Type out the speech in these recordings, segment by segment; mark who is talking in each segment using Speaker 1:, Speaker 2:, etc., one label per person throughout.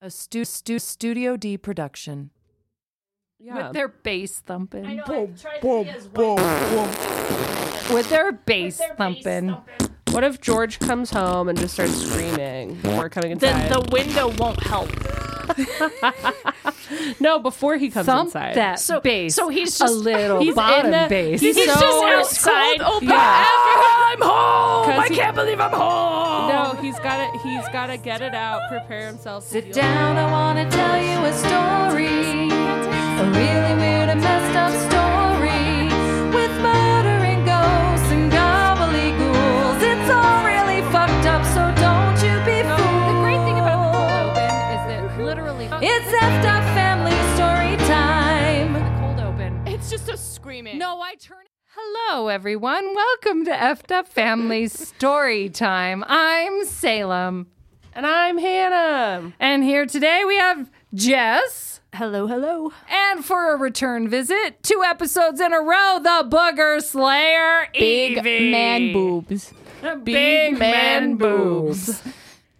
Speaker 1: A stu- stu- Studio D production.
Speaker 2: With their bass thumping.
Speaker 3: I know, I tried to be as white
Speaker 2: With their bass
Speaker 3: as their bass
Speaker 2: thumping.
Speaker 3: thumping.
Speaker 4: What if George comes home and just starts screaming before coming
Speaker 3: Then
Speaker 4: inside?
Speaker 3: the window won't help.
Speaker 4: no, before he comes
Speaker 2: Thump
Speaker 4: inside.
Speaker 2: that
Speaker 3: So-
Speaker 2: bass.
Speaker 3: so he's
Speaker 2: a
Speaker 3: just-
Speaker 2: little
Speaker 4: he's in
Speaker 2: bottom
Speaker 4: the-
Speaker 2: bass.
Speaker 4: he's-
Speaker 3: He's
Speaker 4: So
Speaker 3: just
Speaker 4: outside.
Speaker 3: outside. Open.
Speaker 4: I'm home.
Speaker 3: I can't believe I'm home.
Speaker 4: No, he's got to He's got to get it out. Prepare himself. to
Speaker 1: Sit
Speaker 4: deal-
Speaker 1: down, I want to tell you a story. A really weird and messed up story. With murder and ghosts and gobbledygools. It's all really fucked up, so don't you be
Speaker 2: No,
Speaker 1: fooled.
Speaker 2: the great thing about the cold open is that literally
Speaker 1: It's effed up family story time.
Speaker 2: the cold open.
Speaker 3: It's just a screaming.
Speaker 2: No, I turn. Hello, everyone. Welcome to Effed Up Family Story Time. I'm Salem,
Speaker 4: And I'm Hannah.
Speaker 2: and here today we have Jess.
Speaker 4: Hello, hello.
Speaker 2: And for a return visit, two episodes in a row, the Booger Slayer,
Speaker 4: Big
Speaker 2: Evie.
Speaker 4: man boobs.
Speaker 2: big,
Speaker 4: Big
Speaker 2: man
Speaker 4: man
Speaker 2: boobs,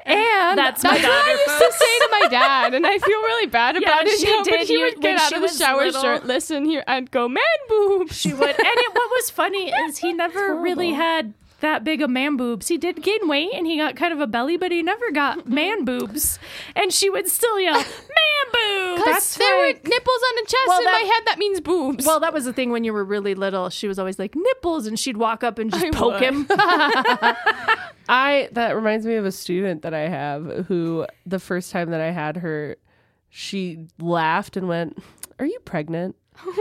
Speaker 2: and
Speaker 3: That's my
Speaker 4: That's what I
Speaker 3: daughter,
Speaker 4: used to
Speaker 3: folks.
Speaker 4: say to my dad, and I feel really bad about it.
Speaker 3: she
Speaker 4: now, but
Speaker 3: did.
Speaker 4: he
Speaker 3: You-
Speaker 4: would
Speaker 3: when
Speaker 4: get out
Speaker 3: she
Speaker 4: of the
Speaker 3: was
Speaker 4: shower
Speaker 3: little-
Speaker 4: shirtless and here and go, man boobs.
Speaker 3: She would. And it, what was funny is he never really had that big of man boobs. He did gain weight and he got kind of a belly, but he never got man boobs. And she would still yell, man boobs.
Speaker 4: That's there were nipples on the chest.
Speaker 3: Well,
Speaker 4: in
Speaker 3: that-
Speaker 4: my head, that means boobs.
Speaker 3: Well, that was the thing when you were really little. She was always like nipples, and she'd walk up and just
Speaker 4: I
Speaker 3: poke
Speaker 4: would.
Speaker 3: him.
Speaker 4: I that reminds me of a student that I have who the first time that I had her, she laughed and went, "Are you pregnant?"
Speaker 3: She-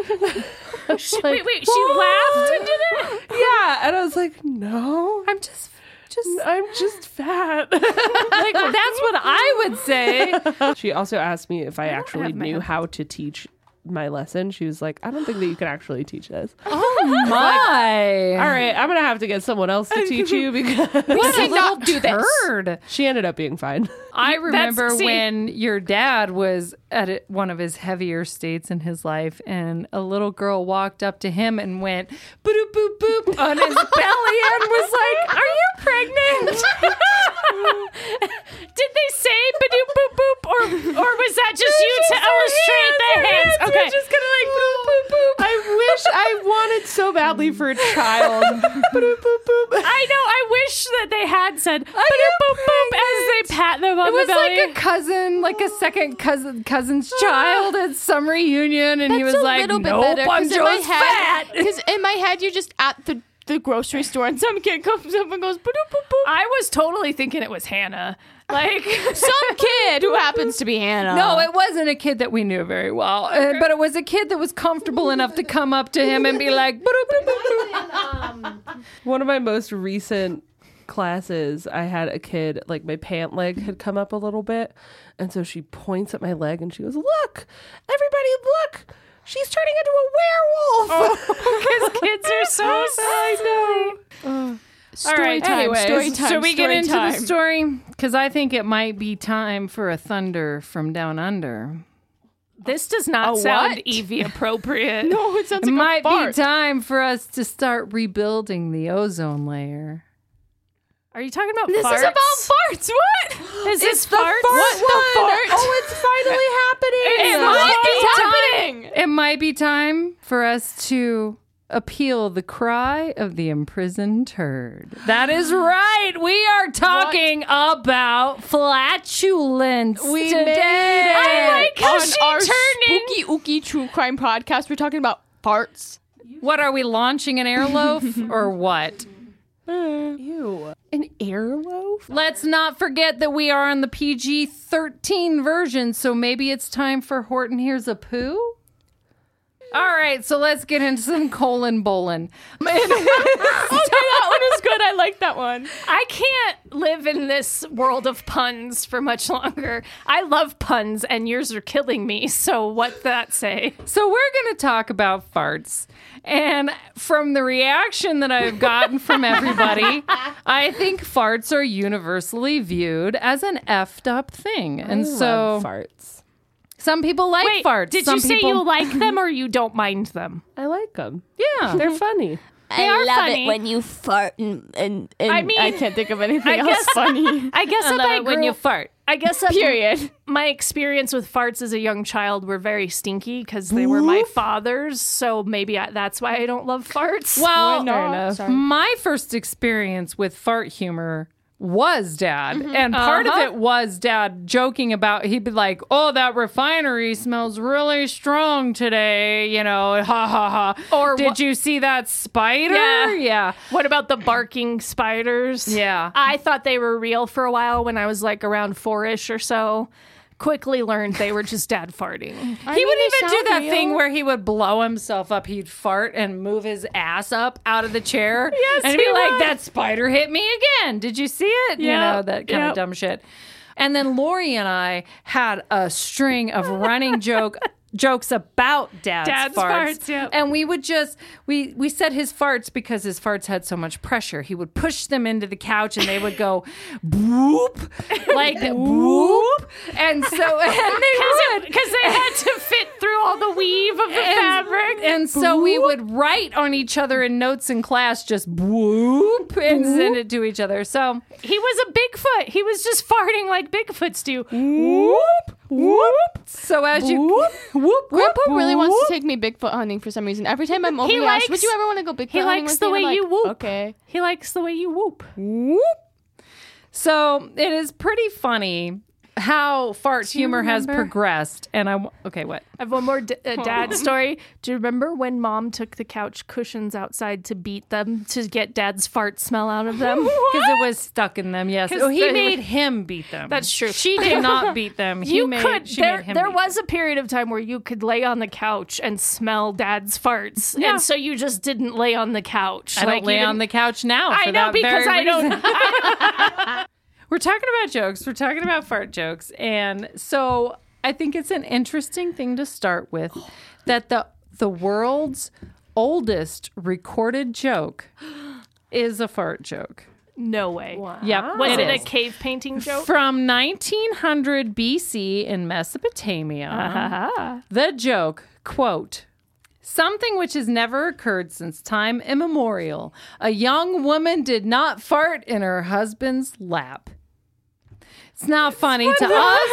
Speaker 3: wait, wait, she laughed and did it.
Speaker 4: yeah, and I was like, "No,
Speaker 2: I'm just, just
Speaker 4: I'm just fat."
Speaker 2: like that's what I would say.
Speaker 4: she also asked me if I actually
Speaker 3: have my
Speaker 4: knew how to teach my lesson. She was like, "I don't think that you can actually teach this."
Speaker 2: My,
Speaker 4: All right, I'm gonna have to get someone else to teach you because
Speaker 2: what a not do
Speaker 3: this.
Speaker 2: Turd.
Speaker 4: she ended up being fine.
Speaker 2: I remember
Speaker 3: see-
Speaker 2: when your dad was at a- one of his heavier states in his life, and a little girl walked up to him and went boop boop boop on his belly and was like, "Are you pregnant?"
Speaker 3: Did they say badoop boop boop, or or was that just you to illustrate the hands? Okay,
Speaker 4: just kind of like boop boop boop. I wish I wanted so badly for a child. Mm. boop boop boop.
Speaker 3: I know. I wish that they had said badoop boop boop as they pat them on
Speaker 2: It was
Speaker 3: the belly. Ah.
Speaker 2: like a cousin, like a second cousin, cousin's child at some reunion, and he was like, "Nope, I'm just fat."
Speaker 5: Because in my head, you're just at the, the grocery store and some kid comes up and goes, boop, boop, boop.
Speaker 3: I was totally thinking it was Hannah. Like
Speaker 5: Some kid who happens to be Hannah.
Speaker 2: No, it wasn't a kid that we knew very well, uh, but it was a kid that was comfortable enough to come up to him and be like, "Boop, boop, boop, boop."
Speaker 4: One of my most recent classes, I had a kid like my pant leg had come up a little bit, and so she points at my leg and she goes, "Look, everybody, look." She's turning into a
Speaker 2: Oh
Speaker 4: werewolf.
Speaker 3: because kids are so.
Speaker 4: I know.
Speaker 5: story
Speaker 3: right,
Speaker 5: time,
Speaker 3: anyways,
Speaker 5: story time.
Speaker 2: Should we get
Speaker 5: story
Speaker 2: into
Speaker 5: time.
Speaker 2: the story? Because I think it might be time for a thunder from down under.
Speaker 3: This does not
Speaker 5: A
Speaker 3: sound
Speaker 5: what?
Speaker 3: Evie appropriate.
Speaker 5: No, it sounds
Speaker 2: it
Speaker 5: like
Speaker 2: might
Speaker 5: a fart.
Speaker 2: be time for us to start rebuilding the ozone layer.
Speaker 3: Are you talking about
Speaker 5: This
Speaker 3: farts?
Speaker 5: is about farts. What?
Speaker 3: Is this farts?
Speaker 5: What the fart?
Speaker 4: Oh, it's finally happening.
Speaker 3: It's
Speaker 5: What
Speaker 3: might
Speaker 5: is
Speaker 3: be
Speaker 5: happening?
Speaker 2: It might be time for us to appeal the cry of the imprisoned turd. That is right. We are talking about flatulence
Speaker 4: We
Speaker 2: today.
Speaker 4: made it.
Speaker 5: I
Speaker 3: like how
Speaker 5: On
Speaker 3: she
Speaker 5: our
Speaker 3: turned
Speaker 5: spooky ooky true crime podcast. We're talking about farts.
Speaker 2: What are we launching an airloaf or what?
Speaker 4: Ew. An earloaf?
Speaker 2: Let's not forget that we are on the PG 13 version, so maybe it's time for Horton Hears a Poo? All right, so let's get into some colon bowling.
Speaker 5: that one is good. I like that one.
Speaker 3: I can't live in this world of puns for much longer. I love puns, and yours are killing me. So what that say?
Speaker 2: So we're going to talk about farts. And from the reaction that I've gotten from everybody, I think farts are universally viewed as an effed up thing. And so
Speaker 4: farts.
Speaker 2: some people like
Speaker 3: Wait,
Speaker 2: farts.
Speaker 3: did
Speaker 2: some
Speaker 3: you say
Speaker 2: people,
Speaker 3: you like them or you don't mind them?
Speaker 4: I like them.
Speaker 2: Yeah.
Speaker 4: They're funny.
Speaker 3: They are funny.
Speaker 5: you fart and, and, and
Speaker 3: I mean-
Speaker 5: I can't think of anything
Speaker 3: I
Speaker 5: else
Speaker 3: guess-
Speaker 5: funny.
Speaker 3: I guess if I grew,
Speaker 2: fart.
Speaker 3: I guess that's
Speaker 5: Period.
Speaker 3: my experience with farts as a young child were very stinky because they were my father's. So maybe I, that's why I don't love farts.
Speaker 2: Well,
Speaker 5: Fair enough. Sorry.
Speaker 2: my first experience with fart humor was dad.
Speaker 3: Mm-hmm.
Speaker 2: And part
Speaker 3: Uh-huh.
Speaker 2: of it was dad joking about, he'd be like, oh, that refinery smells really strong today. You know, ha ha ha.
Speaker 3: Or
Speaker 2: did
Speaker 3: wha-
Speaker 2: you see that spider?
Speaker 3: Yeah.
Speaker 2: Yeah.
Speaker 3: What about the barking spiders?
Speaker 2: Yeah.
Speaker 3: I thought they were real for a while when I was like around four ish or so. Quickly learned they were just dad farting.
Speaker 2: he would even do that thing where he would blow himself up. He'd fart and move his ass up out of the chair.
Speaker 3: Yes,
Speaker 2: and be
Speaker 3: he
Speaker 2: like,
Speaker 3: would.
Speaker 2: "That spider hit me again. Did you see it? You
Speaker 3: Yep,
Speaker 2: know that kind
Speaker 3: yep.
Speaker 2: of dumb shit." And then Lori and I had a string of running joke jokes about dad's,
Speaker 3: Dad's
Speaker 2: farts,
Speaker 3: farts, yep.
Speaker 2: and we would just we we said his farts because his farts had so much pressure. He would push them into the couch, and they would go boop like boop, and so and they would
Speaker 3: Because they had to fit through all the weave of the fabric.
Speaker 2: and so we would write on each other in notes in class, just whoop and send it to each other. So
Speaker 3: He was a Bigfoot. He was just farting like Bigfoots do.
Speaker 2: whoop whoop. So as you whoop whoop,
Speaker 5: Grandpa really wants to take me Bigfoot hunting for some reason. Every time I'm over, he likes,
Speaker 3: likes-
Speaker 5: would you ever want to go Bigfoot
Speaker 3: He
Speaker 5: hunting
Speaker 3: likes
Speaker 5: with
Speaker 3: the
Speaker 5: me?"
Speaker 3: way
Speaker 5: And I'm
Speaker 3: you
Speaker 5: like,
Speaker 3: whoop.
Speaker 5: Okay.
Speaker 3: He likes the way you whoop.
Speaker 2: whoop. So it is pretty funny how fart humor has progressed. And I'm okay. What?
Speaker 3: I have one more d- uh, dad story. Do you remember when mom took the couch cushions outside to beat them to get dad's fart smell out of them?
Speaker 2: Because it was stuck in them. Yes.
Speaker 3: 'Cause
Speaker 2: Oh, he
Speaker 3: they-
Speaker 2: made him beat them.
Speaker 3: That's true.
Speaker 2: She did not beat them. He
Speaker 3: You
Speaker 2: made,
Speaker 3: could.
Speaker 2: Mm. She
Speaker 3: There,
Speaker 2: made him
Speaker 3: there
Speaker 2: beat
Speaker 3: was a period of time where you could lay on the couch and smell dad's farts, and so you just didn't lay on the couch.
Speaker 2: I don't lay on the couch now.
Speaker 3: I
Speaker 2: for
Speaker 3: know
Speaker 2: that
Speaker 3: because
Speaker 2: very
Speaker 3: I don't.
Speaker 2: reason. We're talking about jokes. We're talking about fart jokes. And so I think it's an interesting thing to start with that the the world's oldest recorded joke is a fart joke.
Speaker 3: no way.
Speaker 2: Yep.
Speaker 3: Was it,
Speaker 2: is.
Speaker 3: a cave painting joke?
Speaker 2: From 1900 BC in Mesopotamia, the joke, quote, Something which has never occurred since time immemorial. A young woman did not fart in her husband's lap. It's not funny to us,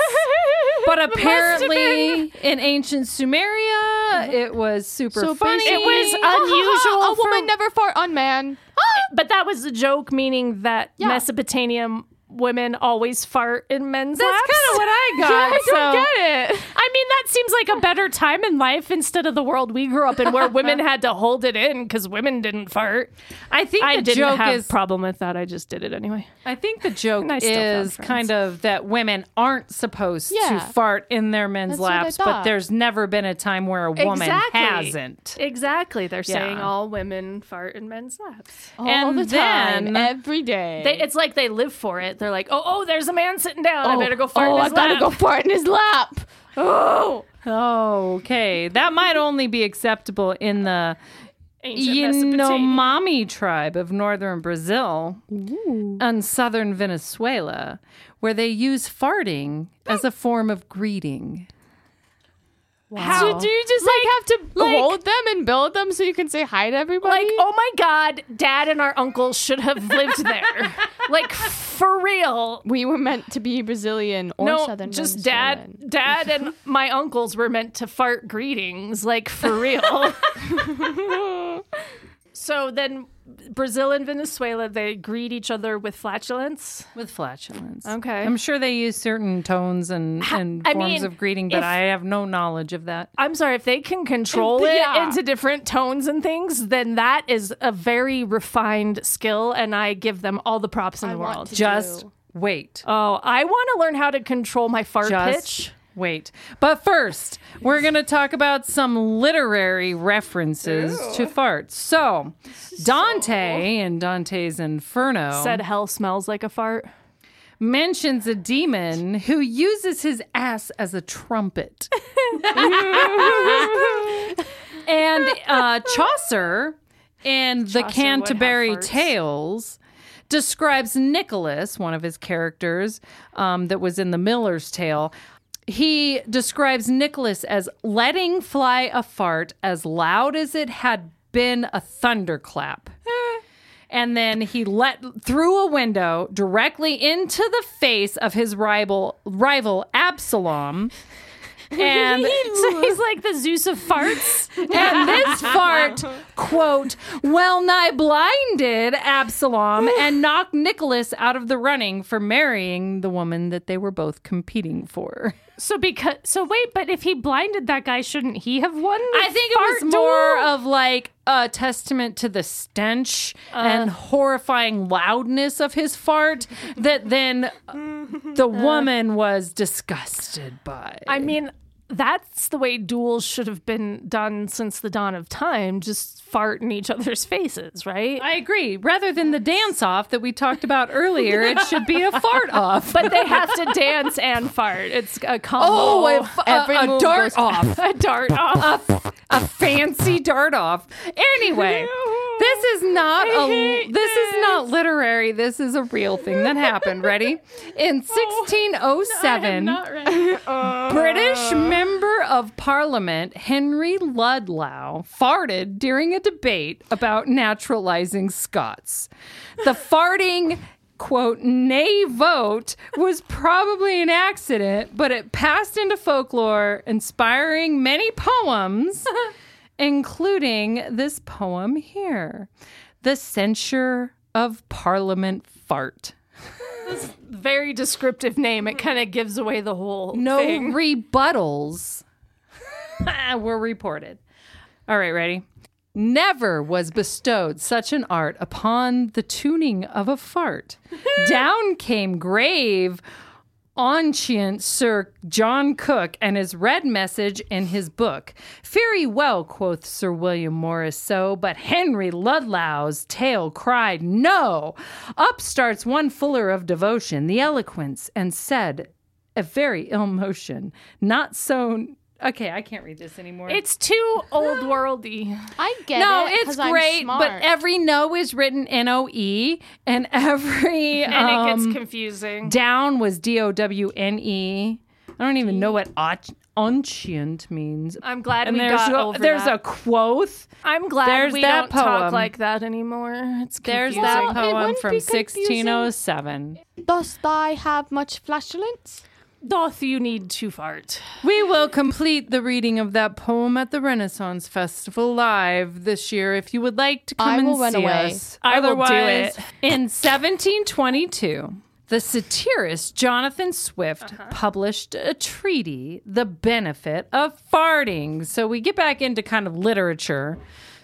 Speaker 2: but apparently in ancient Sumeria, it was super
Speaker 5: So
Speaker 2: funny. uh,
Speaker 5: funny.
Speaker 3: It was unusual.
Speaker 5: a
Speaker 3: for-
Speaker 5: woman never fart on man.
Speaker 3: But that was the joke, meaning that
Speaker 5: Yeah.
Speaker 3: Mesopotamian women always fart in men's
Speaker 2: That's
Speaker 3: laps.
Speaker 2: kind of what I got.
Speaker 3: I don't
Speaker 2: so-
Speaker 5: Get it?
Speaker 3: I mean, that seems like a better time in life instead of the world we grew up in where women had to hold it in because women didn't fart.
Speaker 2: I think
Speaker 3: I
Speaker 2: the
Speaker 3: didn't
Speaker 2: joke
Speaker 3: have
Speaker 2: is
Speaker 3: problem with that. I just did it anyway.
Speaker 2: I think the joke
Speaker 3: I still found
Speaker 2: is
Speaker 3: friends.
Speaker 2: kind of that women aren't supposed
Speaker 5: Yeah.
Speaker 2: to fart in their men's
Speaker 5: That's what I
Speaker 2: laps, but
Speaker 5: thought.
Speaker 2: there's never been a time where a woman
Speaker 3: Exactly.
Speaker 2: hasn't.
Speaker 3: Exactly. They're saying
Speaker 2: Yeah.
Speaker 3: all women fart in men's laps.
Speaker 5: All
Speaker 2: And
Speaker 5: the time,
Speaker 2: then-
Speaker 5: every day.
Speaker 3: Oh. They, it's like they live for it. They're like, oh, oh, there's a man sitting down. I
Speaker 5: Oh,
Speaker 3: better go fart
Speaker 5: oh,
Speaker 3: in his
Speaker 5: I gotta
Speaker 3: lap.
Speaker 5: go fart in his lap. Oh,
Speaker 2: Okay, that might only be acceptable in the
Speaker 3: Ancient Mesopotamia.
Speaker 2: Yanomami tribe of northern Brazil and southern Venezuela, where they use farting as a form of greeting.
Speaker 5: so do you just like, have to
Speaker 3: like-
Speaker 5: hold them and build them so you can say hi to everybody?
Speaker 3: Like, oh my God, dad and our uncle should have lived there. like, for real.
Speaker 5: we were meant to be Brazilian or
Speaker 3: no,
Speaker 5: Southern.
Speaker 3: just
Speaker 5: Venezuelan.
Speaker 3: dad, dad, and my uncles were meant to fart greetings, like for real. so then, Brazil and Venezuela, they greet each other with flatulence.
Speaker 2: With flatulence.
Speaker 3: Okay.
Speaker 2: I'm sure they use certain tones and, and
Speaker 3: I
Speaker 2: forms
Speaker 3: mean,
Speaker 2: of greeting, but
Speaker 3: if-
Speaker 2: I have no knowledge of that.
Speaker 3: I'm sorry if they can control it
Speaker 5: Yeah.
Speaker 3: into different tones and things. Then that is a very refined skill, and I give them all the props in
Speaker 5: I
Speaker 3: the
Speaker 5: want
Speaker 3: world.
Speaker 5: to-
Speaker 2: Just
Speaker 5: do.
Speaker 2: wait.
Speaker 3: oh, I want to learn how to control my fart
Speaker 2: Just
Speaker 3: pitch.
Speaker 2: wait. But first, we're going to talk about some literary references to farts. So, Dante in Dante's Inferno
Speaker 3: Said hell smells like a fart.
Speaker 2: mentions a demon who uses his ass as a trumpet. and uh, Chaucer in The
Speaker 3: would have
Speaker 2: Canterbury
Speaker 3: farts.
Speaker 2: Tales describes Nicholas, one of his characters um, that was in The Miller's Tale. He describes Nicholas as letting fly a fart as loud as it had been a thunderclap. and then he let through a window directly into the face of his rival rival Absalom. And
Speaker 3: so he's like the Zeus of farts.
Speaker 2: and this fart, quote, well nigh blinded Absalom and knocked Nicholas out of the running for marrying the woman that they were both competing for.
Speaker 3: So because so wait, but if he blinded that guy, shouldn't he have won? the
Speaker 2: I think
Speaker 3: fart
Speaker 2: it was more
Speaker 3: duel?
Speaker 2: of like a testament to the stench and horrifying loudness of his fart that then the woman was disgusted by.
Speaker 3: I mean, that's the way duels should have been done since the dawn of time. Just fart in each other's faces, right?
Speaker 2: I agree. Rather than the dance off that we talked about earlier, it should be a fart off.
Speaker 3: but they have to dance and fart. It's a combo.
Speaker 2: Oh, a, f-
Speaker 5: every
Speaker 2: a, a
Speaker 5: move
Speaker 2: dart
Speaker 5: goes-
Speaker 2: off.
Speaker 3: uh, a dart off.
Speaker 2: A, f- a fancy dart off. Anyway, this is not a this is not literary. This is a real thing that happened. Ready? In
Speaker 5: Oh,
Speaker 2: 1607, British member of Parliament Henry Ludlow farted during a debate about naturalizing Scots. The farting quote nay vote was probably an accident, but it passed into folklore, inspiring many poems, including this poem here. The censure of Parliament fart.
Speaker 3: Very descriptive name. It kind of gives away the whole
Speaker 2: No
Speaker 3: thing.
Speaker 2: rebuttals were reported. All right, ready? Never was bestowed such an art upon the tuning of a fart. Down came grave oncient Sir John Cook and his red message in his book. Very well, quoth Sir William Morris so, but Henry Ludlow's tale cried, No! Up starts one fuller of devotion, the eloquence, and said, a very ill motion, not so. Okay, I can't read this anymore.
Speaker 3: It's too old worldy.
Speaker 5: I get
Speaker 2: no,
Speaker 5: it.
Speaker 2: it's
Speaker 5: 'cause I'm
Speaker 2: great, but
Speaker 5: smart.
Speaker 2: every no is written N O E, and every
Speaker 3: And it
Speaker 2: um,
Speaker 3: gets confusing.
Speaker 2: down was D O W N E. I don't even know what och- uncient means.
Speaker 3: I'm glad
Speaker 2: and
Speaker 3: we
Speaker 2: there's
Speaker 3: got
Speaker 2: a,
Speaker 3: over
Speaker 2: there's
Speaker 3: that.
Speaker 2: a quoth.
Speaker 3: I'm glad
Speaker 2: there's
Speaker 3: we
Speaker 2: that
Speaker 3: don't talk
Speaker 2: poem.
Speaker 3: like that anymore. It's
Speaker 2: There's
Speaker 3: confusing.
Speaker 2: that
Speaker 5: Well, it
Speaker 2: poem
Speaker 5: wouldn't
Speaker 2: from
Speaker 5: be confusing.
Speaker 2: 1607.
Speaker 5: Dost thy have much flatulence?
Speaker 3: doth you need to fart?
Speaker 2: We will complete the reading of that poem at the Renaissance Festival live this year if you would like to come
Speaker 5: I
Speaker 2: and
Speaker 5: will run
Speaker 2: see
Speaker 5: away.
Speaker 2: us.
Speaker 3: I will do
Speaker 2: Otherwise,
Speaker 3: it.
Speaker 2: In 1722, the satirist Jonathan Swift published a treaty, The Benefit of Farting. So we get back into kind of literature.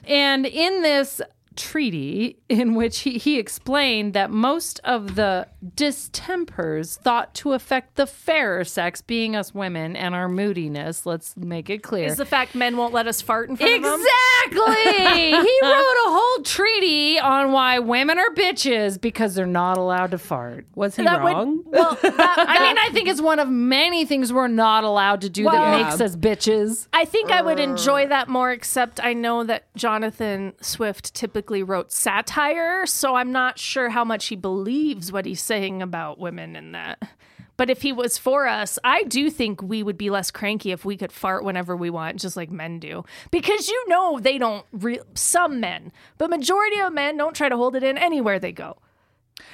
Speaker 2: And in this treaty, in which he, he explained that most of the distempers thought to affect the fairer sex, being us women and our moodiness, let's make it clear.
Speaker 3: Is the fact men won't let us fart in front of them?
Speaker 2: Exactly. he wrote a whole treaty on why women are bitches because they're not allowed to fart.
Speaker 4: Was he
Speaker 3: That would-
Speaker 4: wrong?
Speaker 2: I mean, I think it's one of many things we're not allowed to do
Speaker 3: Well-
Speaker 2: that makes us bitches.
Speaker 3: I think I would enjoy that more, except I know that Jonathan Swift typically wrote satire, so I'm not sure how much he believes what he's saying about women in that. But if he was for us, I do think we would be less cranky if we could fart whenever we want, just like men do. Because you know they don't, re- some men, but majority of men don't try to hold it in anywhere they go.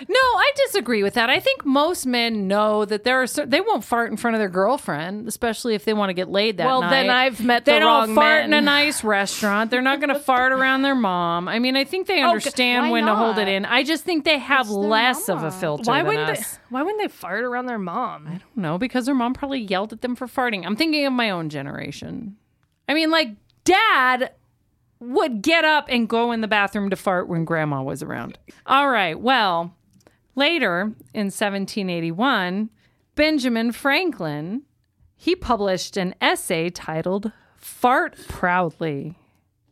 Speaker 2: No, I disagree with that. I think most men know that there are certain, they won't fart in front of their girlfriend, especially if they want to get laid that
Speaker 3: Well,
Speaker 2: night.
Speaker 3: then I've met
Speaker 2: they
Speaker 3: the
Speaker 2: don't
Speaker 3: wrong
Speaker 2: fart in
Speaker 3: men.
Speaker 2: a nice restaurant. They're not going to fart around their mom. I mean, I think they understand
Speaker 5: why
Speaker 2: when to hold it
Speaker 5: not?
Speaker 2: in. I just think they have less of a
Speaker 5: mama.
Speaker 2: filter.
Speaker 3: Why
Speaker 2: than
Speaker 3: wouldn't
Speaker 2: us.
Speaker 3: they? Why wouldn't they fart around their mom?
Speaker 2: No, because her mom probably yelled at them for farting. I'm thinking of my own generation. I mean, like, dad would get up and go in the bathroom to fart when grandma was around. All right. Well, later in 1781, Benjamin Franklin, he published an essay titled Fart Proudly.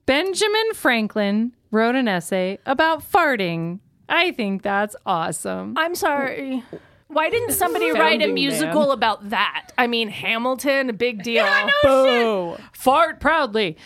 Speaker 2: Benjamin Franklin wrote an essay about farting. I think that's awesome.
Speaker 3: I'm sorry. Why didn't somebody write a musical about that? I mean, Hamilton, a big deal.
Speaker 2: Boo. Fart proudly.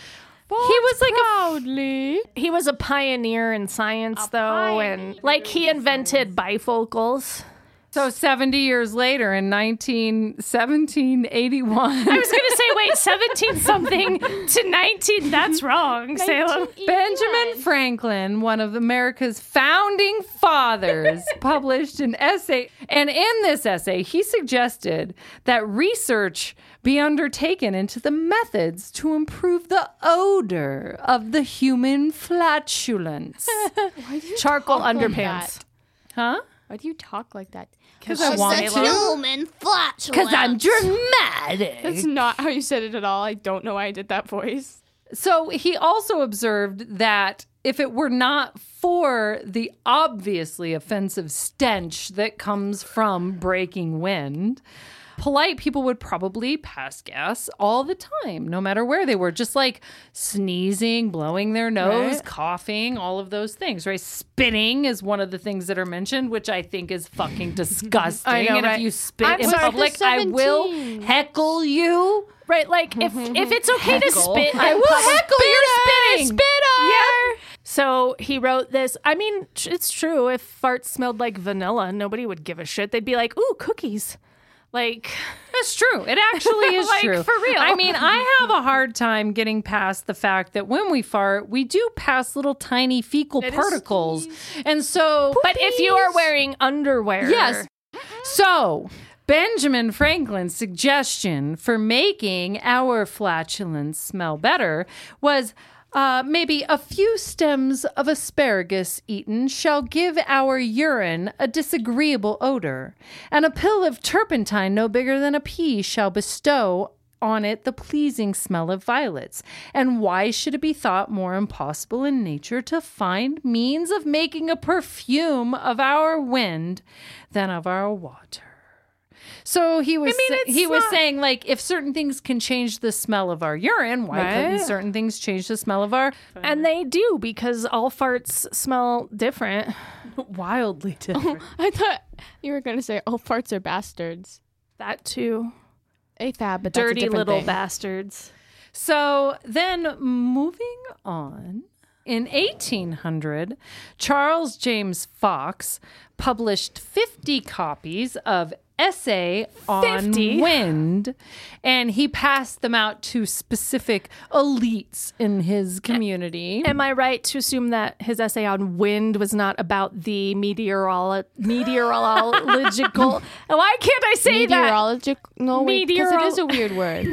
Speaker 2: he was like a
Speaker 3: He was a pioneer in science, though, and like he invented bifocals.
Speaker 2: So 70 years later in 19, 1781,
Speaker 3: I was going to say, wait, 17 something to 19. That's wrong, Salem.
Speaker 2: Benjamin Franklin, one of America's founding fathers, published an essay. And in this essay, he suggested that research be undertaken into the methods to improve the odor of the human flatulence. Charcoal underpants. Huh?
Speaker 5: Why do you talk like that?
Speaker 2: Because I want
Speaker 6: It's
Speaker 2: it.
Speaker 6: a human flatulence.
Speaker 2: Because I'm dramatic.
Speaker 5: That's not how you said it at all. I don't know why I did that voice.
Speaker 2: So he also observed that if it were not for the obviously offensive stench that comes from breaking wind, polite people would probably pass gas all the time, no matter where they were, just like sneezing, blowing their nose, coughing, all of those things, right? Spitting is one of the things that are mentioned, which I think is fucking disgusting.
Speaker 3: know,
Speaker 2: and
Speaker 3: right?
Speaker 2: if you spit
Speaker 3: I'm
Speaker 2: in
Speaker 3: sorry, the
Speaker 2: public, I will
Speaker 5: 17.
Speaker 2: heckle you.
Speaker 3: Right, like if if it's okay to
Speaker 2: Heckle.
Speaker 3: spit,
Speaker 2: I
Speaker 3: in
Speaker 2: will
Speaker 3: public-
Speaker 2: heckle your spitting.
Speaker 3: spitter. So he wrote this. I mean, tr- it's true. If farts smelled like vanilla, nobody would give a shit. They'd be like, "Ooh, cookies." Like,
Speaker 2: That's true. It actually is
Speaker 3: Like,
Speaker 2: true.
Speaker 3: for real.
Speaker 2: I mean, I have a hard time getting past the fact that when we fart, we do pass little tiny fecal particles. And so,
Speaker 3: but if you are wearing underwear,
Speaker 2: Yes. So, Benjamin Franklin's suggestion for making our flatulence smell better was uh, maybe a few stems of asparagus eaten shall give our urine a disagreeable odor, and a pill of turpentine no bigger than a pea shall bestow on it the pleasing smell of violets. And why should it be thought more impossible in nature to find means of making a perfume of our wind than of our water? So he was
Speaker 3: mean,
Speaker 2: sa-
Speaker 3: it's
Speaker 2: he was
Speaker 3: not-
Speaker 2: saying like if certain things can change the smell of our urine, why couldn't
Speaker 3: Right.
Speaker 2: certain things change the smell of our
Speaker 3: and they do because all farts smell different.
Speaker 2: wildly different?
Speaker 5: I thought you were going to say, all farts are bastards.
Speaker 3: That too,
Speaker 5: AFAB, but
Speaker 3: dirty little
Speaker 5: bastard.
Speaker 3: bastards.
Speaker 2: So then moving on. In 1800, Charles James Fox published 50 copies of Essay on
Speaker 3: 50?
Speaker 2: Wind, and he passed them out to specific elites in his community.
Speaker 3: Am I right to assume that his essay on wind was not about the meteorolo- meteorological? Oh, Why can't I say that?
Speaker 5: Meteorological. No, wait, because it
Speaker 3: Meteoro-
Speaker 5: is a weird word.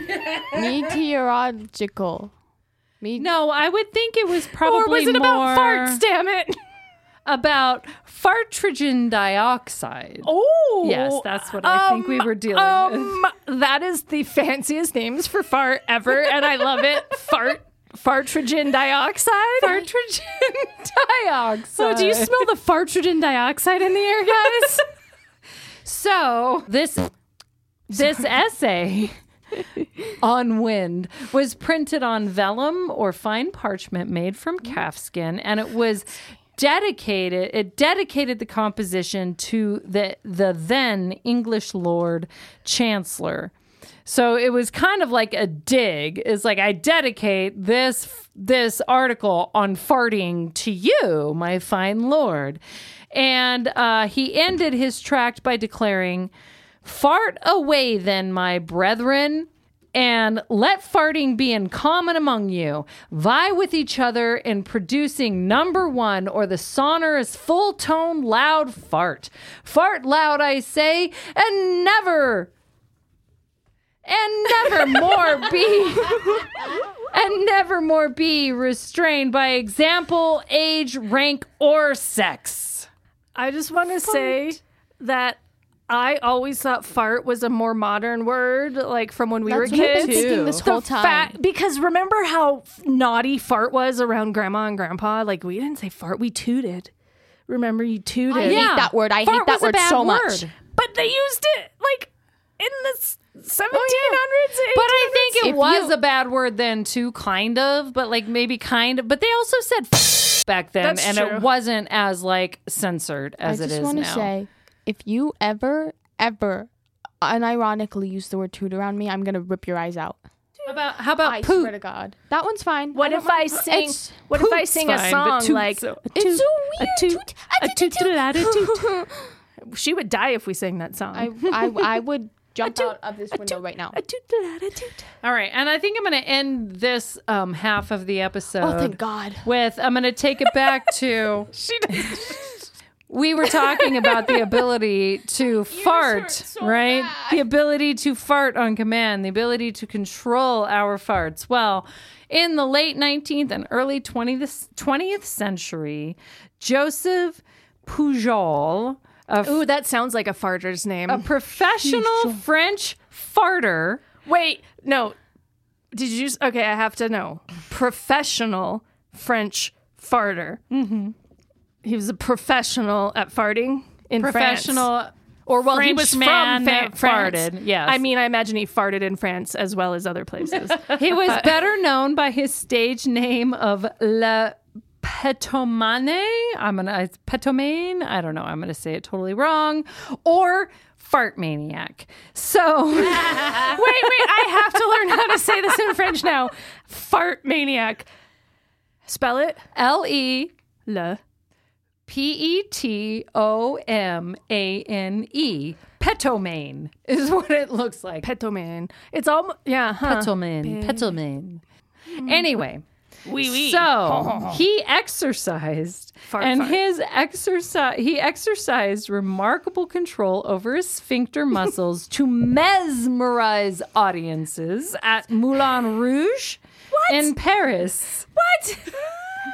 Speaker 5: Meteorological. Me-
Speaker 2: No, I would think it was probably
Speaker 3: Or was it about
Speaker 2: more
Speaker 3: farts? Damn it!
Speaker 2: about fartrogen dioxide. oh,
Speaker 3: Oh,
Speaker 2: Yes, that's what I think we were dealing
Speaker 3: um, That is the fanciest names for fart ever, and I love it. Fart, fartrogen dioxide.
Speaker 2: Fartrogen dioxide.
Speaker 3: So, do you smell the fartrogen dioxide in the air, guys?
Speaker 2: So this this essay on wind was printed on vellum or fine parchment made from calfskin, and it was dedicated. It dedicated the composition to the the then English Lord Chancellor. So it was kind of like a dig. It's like I dedicate this this article on farting to you, my fine lord. And uh, he ended his tract by declaring, "Fart away, then, my brethren." And let farting be in common among you. Vie with each other in producing number one or the sonorous, full tone, loud fart. Fart loud, I say, and never and never more be and never more be restrained by example, age, rank, or sex.
Speaker 3: I just want to say that. I always thought fart was a more modern word, like from when we
Speaker 5: That's
Speaker 3: were
Speaker 5: what I've been
Speaker 3: kids.
Speaker 5: thinking this
Speaker 3: the
Speaker 5: whole time.
Speaker 3: Fat, because remember how f- naughty fart was around grandma and grandpa? Like we didn't say fart, we tooted. Remember you tooted.
Speaker 5: I hate that word. I
Speaker 2: Fart
Speaker 5: hate that
Speaker 2: was a
Speaker 5: word
Speaker 2: bad
Speaker 5: so much.
Speaker 2: word.
Speaker 3: But they used it like in the 1700s.
Speaker 2: But I think it
Speaker 5: If
Speaker 2: was
Speaker 5: you-
Speaker 2: a bad word then too, kind of, but like maybe kind of. But they also said f- back then,
Speaker 3: That's
Speaker 2: and
Speaker 3: true.
Speaker 2: it wasn't as like censored as
Speaker 5: I
Speaker 2: it
Speaker 5: just
Speaker 2: is
Speaker 5: want to
Speaker 2: now.
Speaker 5: say, if you ever, ever, unironically use the word tutor on me, I'm gonna rip your eyes out.
Speaker 2: how about how about
Speaker 5: I
Speaker 2: poop?
Speaker 5: swear to God, that one's fine.
Speaker 3: what
Speaker 5: don't
Speaker 3: if
Speaker 5: mind-
Speaker 3: I sing?
Speaker 5: It's,
Speaker 3: What if I
Speaker 2: poop's
Speaker 3: sing
Speaker 2: fine,
Speaker 3: a
Speaker 2: but
Speaker 3: song
Speaker 2: toot's
Speaker 3: like
Speaker 2: so-
Speaker 3: a
Speaker 5: it's
Speaker 3: toot,
Speaker 5: so
Speaker 3: a
Speaker 5: weird.
Speaker 3: toot, a toot, a toot, She would die if we sang that song.
Speaker 5: I, I, I would jump
Speaker 3: do-
Speaker 5: out of this window right now.
Speaker 3: A toot da da da toot.
Speaker 2: All right, and I think I'm going to end this um, half of the episode.
Speaker 5: Oh, thank God.
Speaker 2: With I'm going to take it back to
Speaker 3: She does.
Speaker 2: we were talking about the ability to fart, right? The ability to fart on command, the ability to control our farts. Well, in the late 19th and early 20th, 20th century, Joseph Pujol, a, f-
Speaker 3: Ooh, that sounds like a farter's name.
Speaker 2: a professional French farter,
Speaker 3: Wait, no. Did you? s- Okay, I have to know. Professional French farter. Mm-hmm. He was a professional at farting in France.
Speaker 2: professional or well,
Speaker 3: French
Speaker 2: he was
Speaker 3: man
Speaker 2: from
Speaker 3: that
Speaker 2: fa- France.
Speaker 3: farted.
Speaker 2: Yes,
Speaker 3: I mean, I imagine he farted in France as well as other places.
Speaker 2: He was better known by his stage name of La Petomane. I'm gonna it's Petomane. I don't know. I'm gonna say it totally wrong. Or fart maniac. So
Speaker 3: wait, wait, I have to learn how to say this in French now. Fart maniac. Spell it.
Speaker 2: L E
Speaker 3: Le.
Speaker 2: P E T O M A N E. Petomane is what it looks like.
Speaker 3: Petoman. It's all. Yeah. Huh.
Speaker 2: Petomane. Petomane. Anyway.
Speaker 3: Mm-hmm. Wee wee.
Speaker 2: So he exercised,
Speaker 3: Fart,
Speaker 2: and
Speaker 3: fart.
Speaker 2: his exercise he exercised remarkable control over his sphincter muscles to mesmerize audiences at Moulin Rouge in Paris.
Speaker 3: What?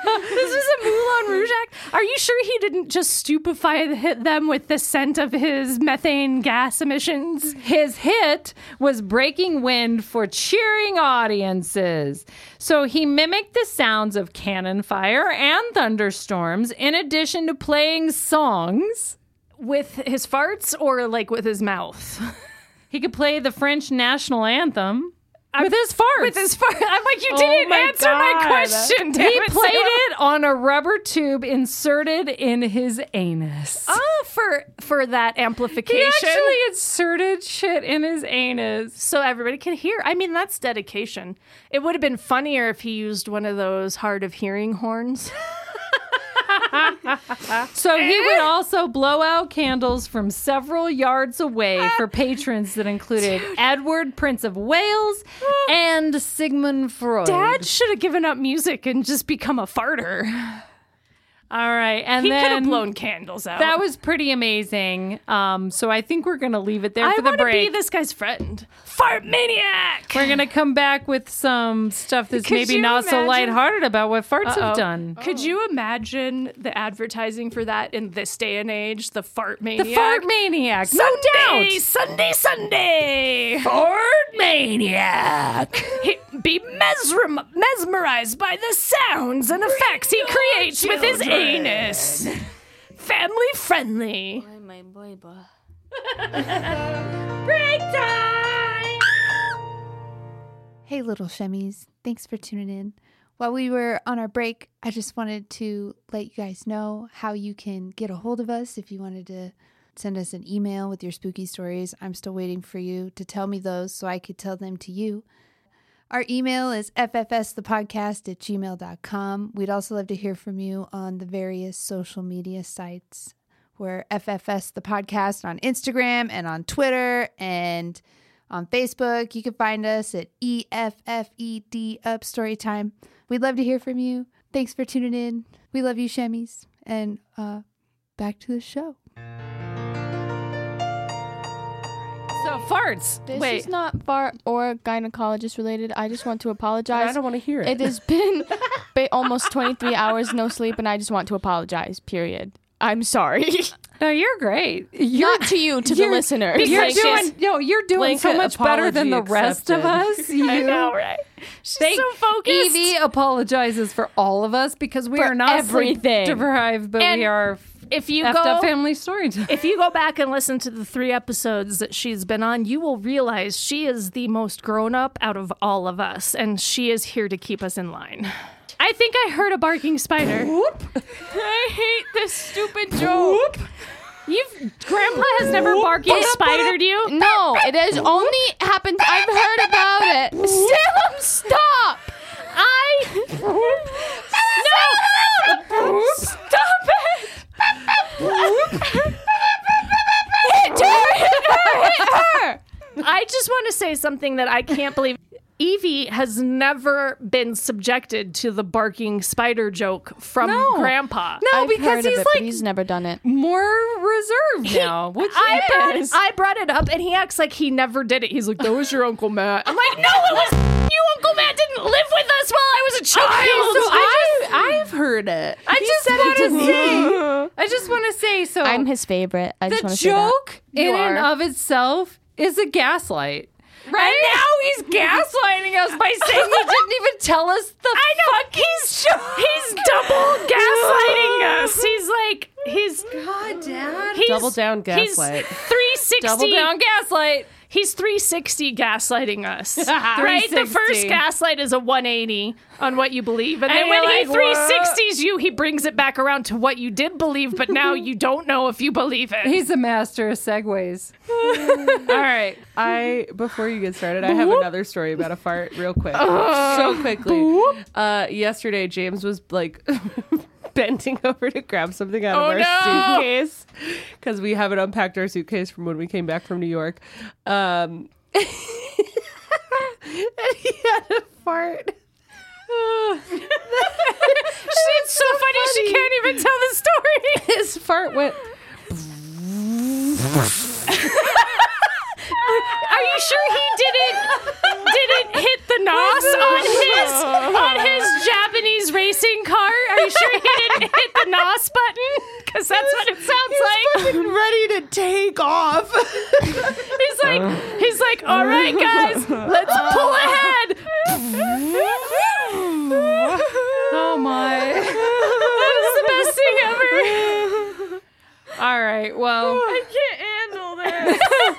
Speaker 3: this was a Moulin Rouge act. Are you sure he didn't just stupefy the- hit them with the scent of his methane gas emissions?
Speaker 2: His hit was breaking wind for cheering audiences. So he mimicked the sounds of cannon fire and thunderstorms, in addition to playing songs.
Speaker 3: With his farts or like with his mouth?
Speaker 2: He could play the French national anthem with his farts.
Speaker 3: With his fart. I'm like, you
Speaker 2: Oh
Speaker 3: didn't
Speaker 2: my
Speaker 3: answer my
Speaker 2: God.
Speaker 3: question. Damn
Speaker 2: He
Speaker 3: it,
Speaker 2: played
Speaker 3: Sarah.
Speaker 2: it on a rubber tube inserted in his anus.
Speaker 3: Oh, for for that amplification.
Speaker 2: he actually inserted shit in his anus.
Speaker 3: so everybody can hear. I mean, that's dedication. It would have been funnier if he used one of those hard of hearing horns.
Speaker 2: So
Speaker 3: Eh?
Speaker 2: he would also blow out candles from several yards away
Speaker 3: Ah.
Speaker 2: for patrons that included Edward, Prince of Wales, and Sigmund Freud.
Speaker 3: Ah. Dad should have given up music and just become a farter.
Speaker 2: All right, and
Speaker 3: He could
Speaker 2: then
Speaker 3: have blown candles out.
Speaker 2: that was pretty amazing. Um, so I think we're gonna leave it there
Speaker 3: I
Speaker 2: for the
Speaker 3: want to
Speaker 2: break.
Speaker 3: be this guy's friend. Fart maniac.
Speaker 2: We're gonna come back with some stuff that's
Speaker 3: Could
Speaker 2: maybe
Speaker 3: you
Speaker 2: not so
Speaker 3: imagine-
Speaker 2: lighthearted about what farts
Speaker 3: Uh-oh. Oh.
Speaker 2: have done.
Speaker 3: Could you imagine the advertising for that in this day and age? The fart maniac.
Speaker 2: The fart maniac, no doubt.
Speaker 3: Sunday, Sunday, Sunday.
Speaker 2: Fart maniac.
Speaker 3: He- be mesmer- mesmerized by the sounds and effects he creates with his anus. Family friendly.
Speaker 6: Hey, little shemmies. Thanks for tuning in. While we were on our break, I just wanted to let you guys know how you can get a hold of us if you wanted to send us an email with your spooky stories. I'm still waiting for you to tell me those so I could tell them to you. Our email is ffsthepodcast at gmail.com. We'd also love to hear from you on the various social media sites. We're FFS the podcast on Instagram and on Twitter and on Facebook. You can find us at E EFFED Up Storytime. We'd love to hear from you. Thanks for tuning in. We love you, Shemmies. And uh, back to the show.
Speaker 2: So farts.
Speaker 5: This
Speaker 2: Wait.
Speaker 5: is not fart or gynecologist related. I just want to apologize.
Speaker 4: I don't want to hear
Speaker 5: It has been ba- almost 23 hours no sleep, and I just want to apologize. Period. I'm sorry.
Speaker 2: no, you're great. You're,
Speaker 5: Not to you, to the
Speaker 2: you're-
Speaker 5: listener.
Speaker 2: you're
Speaker 3: Blanket-
Speaker 2: doing no, you're doing so
Speaker 4: blanket
Speaker 2: much better than the
Speaker 4: apology
Speaker 2: rest of us. You.
Speaker 3: I know, right? She's
Speaker 2: Thank-
Speaker 3: so focused.
Speaker 2: Evie apologizes for all of us because we are not sleep
Speaker 5: everything.
Speaker 2: deprived, but
Speaker 3: And
Speaker 2: we are
Speaker 3: if you
Speaker 2: effed
Speaker 3: go,
Speaker 2: up family storytime.
Speaker 3: if you go back and listen to the three episodes that she's been on, you will realize she is the most grown up out of all of us, and she is here to keep us in line. I think I heard a barking spider. I hate this stupid joke. You've Grandpa has never barking spidered you.
Speaker 5: No, it has only happened. I've heard about it. Salem, stop!
Speaker 3: I no. Stop it. something that I can't believe. Evie has never been subjected to the barking spider joke from
Speaker 2: No.
Speaker 3: Grandpa.
Speaker 2: No,
Speaker 5: I've heard
Speaker 2: because
Speaker 5: of
Speaker 2: he's
Speaker 5: it, but
Speaker 2: like
Speaker 5: he's never done it.
Speaker 2: more reserved now, which
Speaker 3: I brought,
Speaker 2: is
Speaker 3: I brought it up and he acts like he never did it. He's like, that was your Uncle Matt. I'm like, no, it was you. Uncle Matt didn't live with us while I was a child.
Speaker 2: I have heard it. I just want to say. I just want to say. So
Speaker 5: I'm his favorite. I just
Speaker 2: the
Speaker 5: want to say that.
Speaker 2: joke in and of itself is a gaslight. Right and now he's gaslighting us by saying he didn't even tell us the I know, fucking he's, joke.
Speaker 3: he's double gaslighting us. He's like, he's
Speaker 6: God, Dad.
Speaker 3: he's,
Speaker 4: Double down gaslight.
Speaker 3: He's 360.
Speaker 2: Double down gaslight.
Speaker 3: He's 360 gaslighting us. right?
Speaker 2: 360.
Speaker 3: The first gaslight is a 180 on what you believe. And, then
Speaker 2: And
Speaker 3: when
Speaker 2: you're
Speaker 3: he
Speaker 2: like, what?
Speaker 3: 360s you, he brings it back around to what you did believe, but now you don't know if you believe it.
Speaker 2: He's a master of segues. All right.
Speaker 4: I before you get started, I have another story about a fart, real quick, so quickly. Uh, yesterday, James was like bending over to grab something out of our
Speaker 3: no.
Speaker 4: suitcase because we haven't unpacked our suitcase from when we came back from New York. Um, and he had a fart.
Speaker 3: it's so funny, she can't even tell the story.
Speaker 4: His fart went.
Speaker 3: Are you sure he didn't didn't hit the nos on his on his Japanese racing car? Are you sure he didn't hit the nos button? Because that's what it sounds like.
Speaker 4: fucking ready to take off.
Speaker 3: He's like, he's like, all right, guys, let's pull ahead.
Speaker 2: Oh my.
Speaker 3: That is the best thing ever.
Speaker 2: All right. Well,
Speaker 3: Oh, I can't handle this.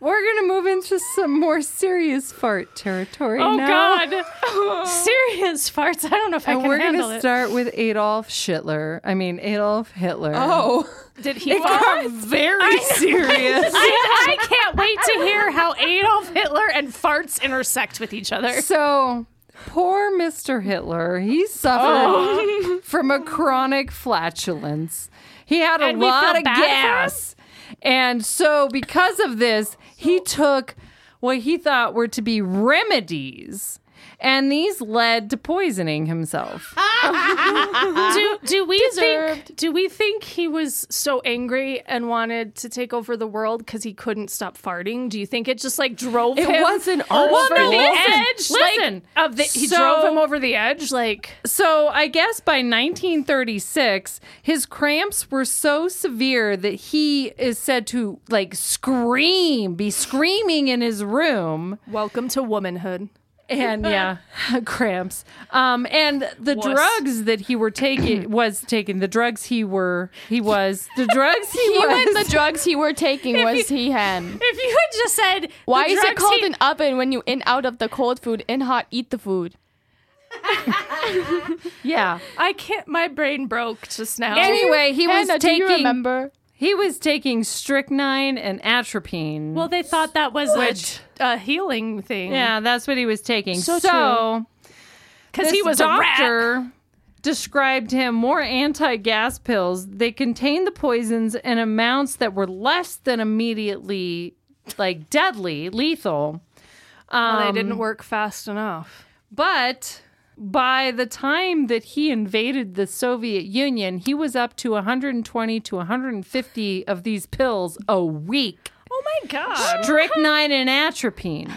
Speaker 2: we're gonna move into some more serious fart territory
Speaker 3: Oh
Speaker 2: now.
Speaker 3: God, serious farts. I don't know if I
Speaker 2: And
Speaker 3: can
Speaker 2: we're
Speaker 3: handle
Speaker 2: gonna
Speaker 3: it.
Speaker 2: start with Adolf Hitler. I mean Adolf Hitler.
Speaker 4: Oh,
Speaker 3: Did he?
Speaker 4: got very serious.
Speaker 3: I, I can't wait to hear how Adolf Hitler and farts intersect with each other.
Speaker 2: So poor Mr. Hitler, he
Speaker 3: Oh.
Speaker 2: suffered from a chronic flatulence. He had a
Speaker 3: And we feel
Speaker 2: lot of
Speaker 3: bad for him?
Speaker 2: gas. And so because of this, he took what he thought were to be remedies. And these led to poisoning himself.
Speaker 3: do, do we think do we think he was so angry and wanted to take over the world because he couldn't stop farting? Do you think it just like drove
Speaker 4: It
Speaker 3: him
Speaker 4: wasn't
Speaker 3: over
Speaker 4: over
Speaker 3: the
Speaker 2: listen,
Speaker 3: edge? like,
Speaker 2: listen.
Speaker 3: of the he
Speaker 2: So-
Speaker 3: drove him over the edge. Like
Speaker 2: So I guess by 1936, his cramps were so severe that he is said to like scream, be screaming in his room.
Speaker 3: welcome to womanhood.
Speaker 2: and yeah, cramps. Um, and the
Speaker 3: Wuss.
Speaker 2: drugs that he were taking was taking the drugs he were he was the drugs he,
Speaker 5: He
Speaker 2: was.
Speaker 5: went the drugs he were taking was he hen.
Speaker 3: If you had just said,
Speaker 5: Why
Speaker 3: the
Speaker 5: is it
Speaker 3: drugs
Speaker 5: called
Speaker 3: he-
Speaker 5: an oven when you in out of the cold food, in hot eat the food?
Speaker 2: yeah.
Speaker 3: I can't. My brain broke just now.
Speaker 2: Anyway, he was
Speaker 5: Hannah, do
Speaker 2: taking
Speaker 5: you remember?
Speaker 2: he was taking strychnine and atropine.
Speaker 3: well, they thought that was
Speaker 2: Which-
Speaker 3: a, a healing thing.
Speaker 2: yeah, that's what he was taking. So,
Speaker 3: because he
Speaker 2: this
Speaker 3: was a rat.
Speaker 2: doctor described him more anti-gas pills. They contained the poisons in amounts that were less than immediately like deadly, lethal. Um,
Speaker 3: Well, they didn't work fast enough.
Speaker 2: But by the time that he invaded the Soviet Union, he was up to 120 to 150 of these pills a week.
Speaker 3: Oh my god.
Speaker 2: Strychnine and atropine.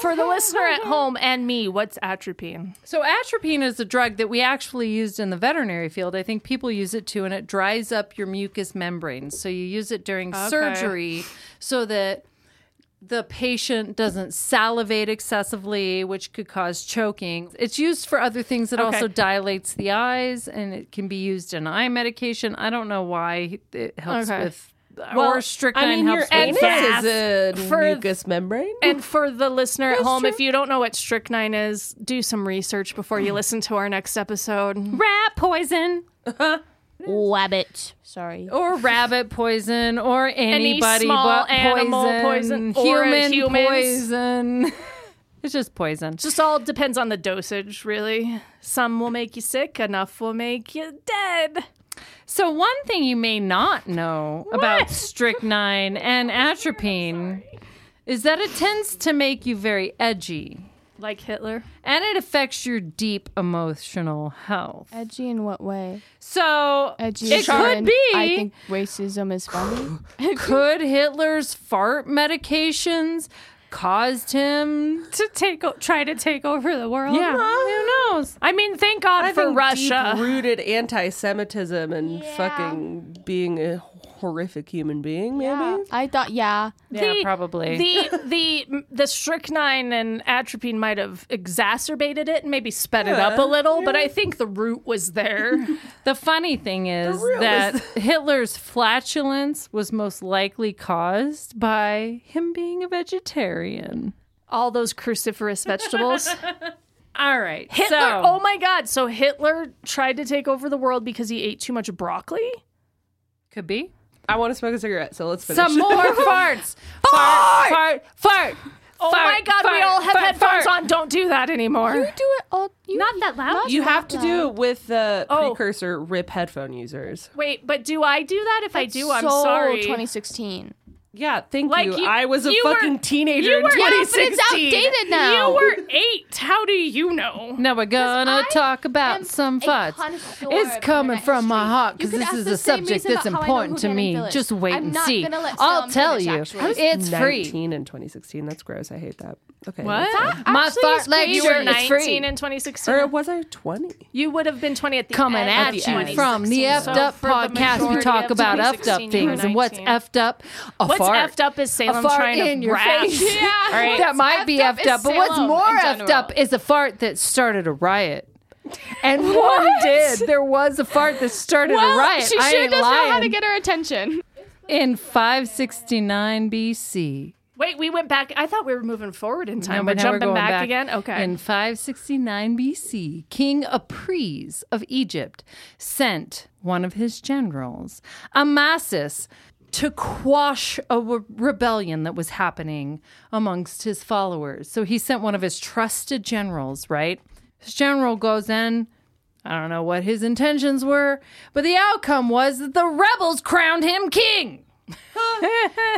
Speaker 3: For the listener at home and me, what's atropine?
Speaker 2: So, atropine is a drug that we actually used in the veterinary field. I think people use it too, and it dries up your mucous membranes. So, you use it during surgery so that the patient doesn't salivate excessively, which could cause choking. It's used for other things. It also dilates the eyes, and it can be used in eye medication. I don't know why it helps
Speaker 3: Okay.
Speaker 2: with. or strychnine helps
Speaker 4: your
Speaker 2: with that.
Speaker 4: anus is a
Speaker 3: For-
Speaker 4: mucous membrane.
Speaker 3: And for the listener at home, if you don't know what strychnine is, do some research before you listen to our next episode.
Speaker 2: rat poison.
Speaker 5: Wabbit. Sorry.
Speaker 2: or rabbit poison or anybody
Speaker 3: small
Speaker 2: but
Speaker 3: animal
Speaker 2: poison,
Speaker 3: poison or
Speaker 2: human
Speaker 3: humans.
Speaker 2: poison. it's just poison.
Speaker 3: Just all depends on the dosage, really. Some will make you sick, enough will make you dead.
Speaker 2: So one thing you may not know about strychnine and atropine is that it tends to make you very edgy
Speaker 3: Like Hitler.
Speaker 2: and it affects your deep emotional health.
Speaker 5: Edgy in what way?
Speaker 2: So
Speaker 5: Edgy.
Speaker 2: it
Speaker 5: as
Speaker 2: could
Speaker 5: in,
Speaker 2: be.
Speaker 5: I think racism is funny.
Speaker 2: could Hitler's fart medications caused him?
Speaker 3: To take o- try to take over the world.
Speaker 2: Yeah, who knows?
Speaker 3: I mean, thank God for Russia.
Speaker 4: rooted anti-Semitism and fucking being a horrific human being. Maybe
Speaker 5: I thought, yeah.
Speaker 2: Yeah, probably.
Speaker 3: The the the strychnine and atropine might have exacerbated it and maybe sped it up a little, but I think the root was there.
Speaker 2: The funny thing is that Hitler's flatulence was most likely caused by him being a vegetarian.
Speaker 3: All those cruciferous vegetables.
Speaker 2: All right.
Speaker 3: Hitler.
Speaker 2: so,
Speaker 3: Oh my God! So Hitler tried to take over the world because he ate too much broccoli.
Speaker 2: could be.
Speaker 4: I want to smoke a cigarette, so let's finish.
Speaker 2: Some more farts. Fart, fart, fart.
Speaker 3: Oh
Speaker 2: fart,
Speaker 3: my God! we
Speaker 2: fart,
Speaker 3: all have
Speaker 2: fart,
Speaker 3: headphones
Speaker 2: fart.
Speaker 3: on. Don't do that anymore.
Speaker 5: Do it all. You,
Speaker 3: Not that loud.
Speaker 5: not
Speaker 4: you
Speaker 5: that
Speaker 4: have to do it with the
Speaker 3: Oh.
Speaker 4: precursor rip headphone users.
Speaker 3: Wait, but do I do that? If I do, I'm
Speaker 5: so
Speaker 3: sorry.
Speaker 5: 2016.
Speaker 4: Yeah, thank
Speaker 3: Like
Speaker 4: you.
Speaker 3: you-
Speaker 4: I was a
Speaker 3: you
Speaker 4: fucking
Speaker 3: were-
Speaker 4: teenager in
Speaker 5: Yeah, but
Speaker 4: 2016.
Speaker 5: it's outdated now.
Speaker 3: You were eight. How do you know?
Speaker 2: Now we're gonna
Speaker 5: I
Speaker 2: talk
Speaker 5: am
Speaker 2: about some
Speaker 5: a
Speaker 2: farts.
Speaker 5: connoisseur
Speaker 2: It's
Speaker 5: of
Speaker 2: coming
Speaker 5: internet
Speaker 2: from my
Speaker 5: history.
Speaker 2: heart
Speaker 5: You
Speaker 2: because
Speaker 5: could
Speaker 2: this
Speaker 5: ask
Speaker 2: is
Speaker 5: the
Speaker 2: a
Speaker 5: same
Speaker 2: subject
Speaker 5: reason
Speaker 2: that's
Speaker 5: about how I know
Speaker 2: important
Speaker 5: who
Speaker 2: to
Speaker 5: Dan and
Speaker 2: me.
Speaker 5: Phil is.
Speaker 2: Just wait
Speaker 5: I'm
Speaker 2: and
Speaker 5: not
Speaker 2: see.
Speaker 5: gonna let
Speaker 2: I'll
Speaker 5: Sam
Speaker 2: tell
Speaker 5: finish,
Speaker 2: you,
Speaker 5: actually.
Speaker 2: it's free.
Speaker 4: 19 in 2016. That's gross. I hate that. Okay.
Speaker 2: My
Speaker 3: Actually,
Speaker 2: fart
Speaker 3: it's great. You were
Speaker 2: lecture is
Speaker 3: 19
Speaker 2: free.
Speaker 3: in
Speaker 4: Or
Speaker 3: 2016.
Speaker 4: was I 20?
Speaker 3: You would have been 20 at the
Speaker 2: coming
Speaker 3: end
Speaker 2: at
Speaker 3: of
Speaker 2: you
Speaker 3: 2016.
Speaker 2: from the effed
Speaker 3: So
Speaker 2: up
Speaker 3: for the
Speaker 2: podcast. We
Speaker 3: majority
Speaker 2: talk
Speaker 3: of
Speaker 2: about effed up
Speaker 3: 2016, you were
Speaker 2: things and what's
Speaker 3: 19.
Speaker 2: effed up. A
Speaker 3: What's
Speaker 2: fart.
Speaker 3: effed up is Salem
Speaker 2: a fart
Speaker 3: trying to
Speaker 2: in your
Speaker 3: rap.
Speaker 2: face.
Speaker 3: All right.
Speaker 2: That might be
Speaker 5: Effed up
Speaker 2: effed
Speaker 5: is
Speaker 2: up, but what's
Speaker 5: Salem
Speaker 2: more
Speaker 5: in
Speaker 2: effed up
Speaker 5: general.
Speaker 2: is a fart that started a riot. And one did. There was a fart that started a riot.
Speaker 5: she
Speaker 2: I
Speaker 5: sure
Speaker 2: ain't
Speaker 5: does know how to
Speaker 2: lying.
Speaker 5: get her attention.
Speaker 2: in 569 BC.
Speaker 3: Wait, we went back. I thought we were moving forward in time.
Speaker 2: No,
Speaker 3: we're
Speaker 2: but now
Speaker 3: jumping
Speaker 2: going
Speaker 3: back, again. Okay.
Speaker 2: In 569 BC, King Apries of Egypt sent one of his generals, Amasis, to quash a re- rebellion that was happening amongst his followers. So he sent one of his trusted generals, right? His general goes in. I don't know what his intentions were, but the outcome was that the rebels crowned him king.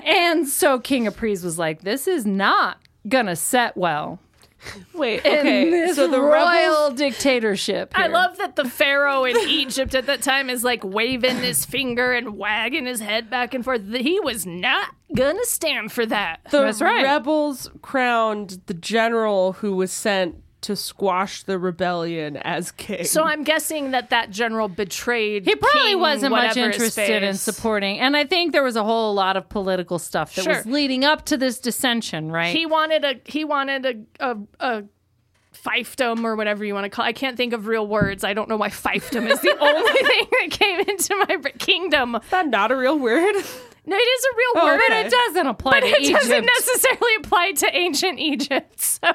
Speaker 2: And so King Apries was like, this is not gonna set well.
Speaker 4: Wait,
Speaker 2: in
Speaker 4: okay.
Speaker 2: this
Speaker 4: So the
Speaker 2: royal
Speaker 4: rebels
Speaker 2: dictatorship.
Speaker 3: I
Speaker 2: here.
Speaker 3: love that the pharaoh in Egypt at that time is like waving his finger and wagging his head back and forth. He was not gonna stand for that.
Speaker 4: the
Speaker 2: That's right.
Speaker 4: rebels crowned the general who was sent to squash the rebellion as king.
Speaker 3: So I'm guessing that that general betrayed.
Speaker 2: He probably
Speaker 3: King
Speaker 2: wasn't much
Speaker 3: whatever his
Speaker 2: interested in
Speaker 3: face.
Speaker 2: supporting, and I think there was a whole lot of political stuff that
Speaker 3: Sure.
Speaker 2: was leading up to this dissension, right?
Speaker 3: He wanted a he wanted a a. a fiefdom or whatever you want to call I can't think of real words. I don't know why fiefdom is the only thing that came into my br- kingdom.
Speaker 4: Is that not a real word?
Speaker 3: No, it is a real word.
Speaker 2: but it doesn't apply
Speaker 3: but
Speaker 2: to
Speaker 3: it
Speaker 2: Oh, Egypt.
Speaker 3: doesn't necessarily apply to ancient Egypt. So,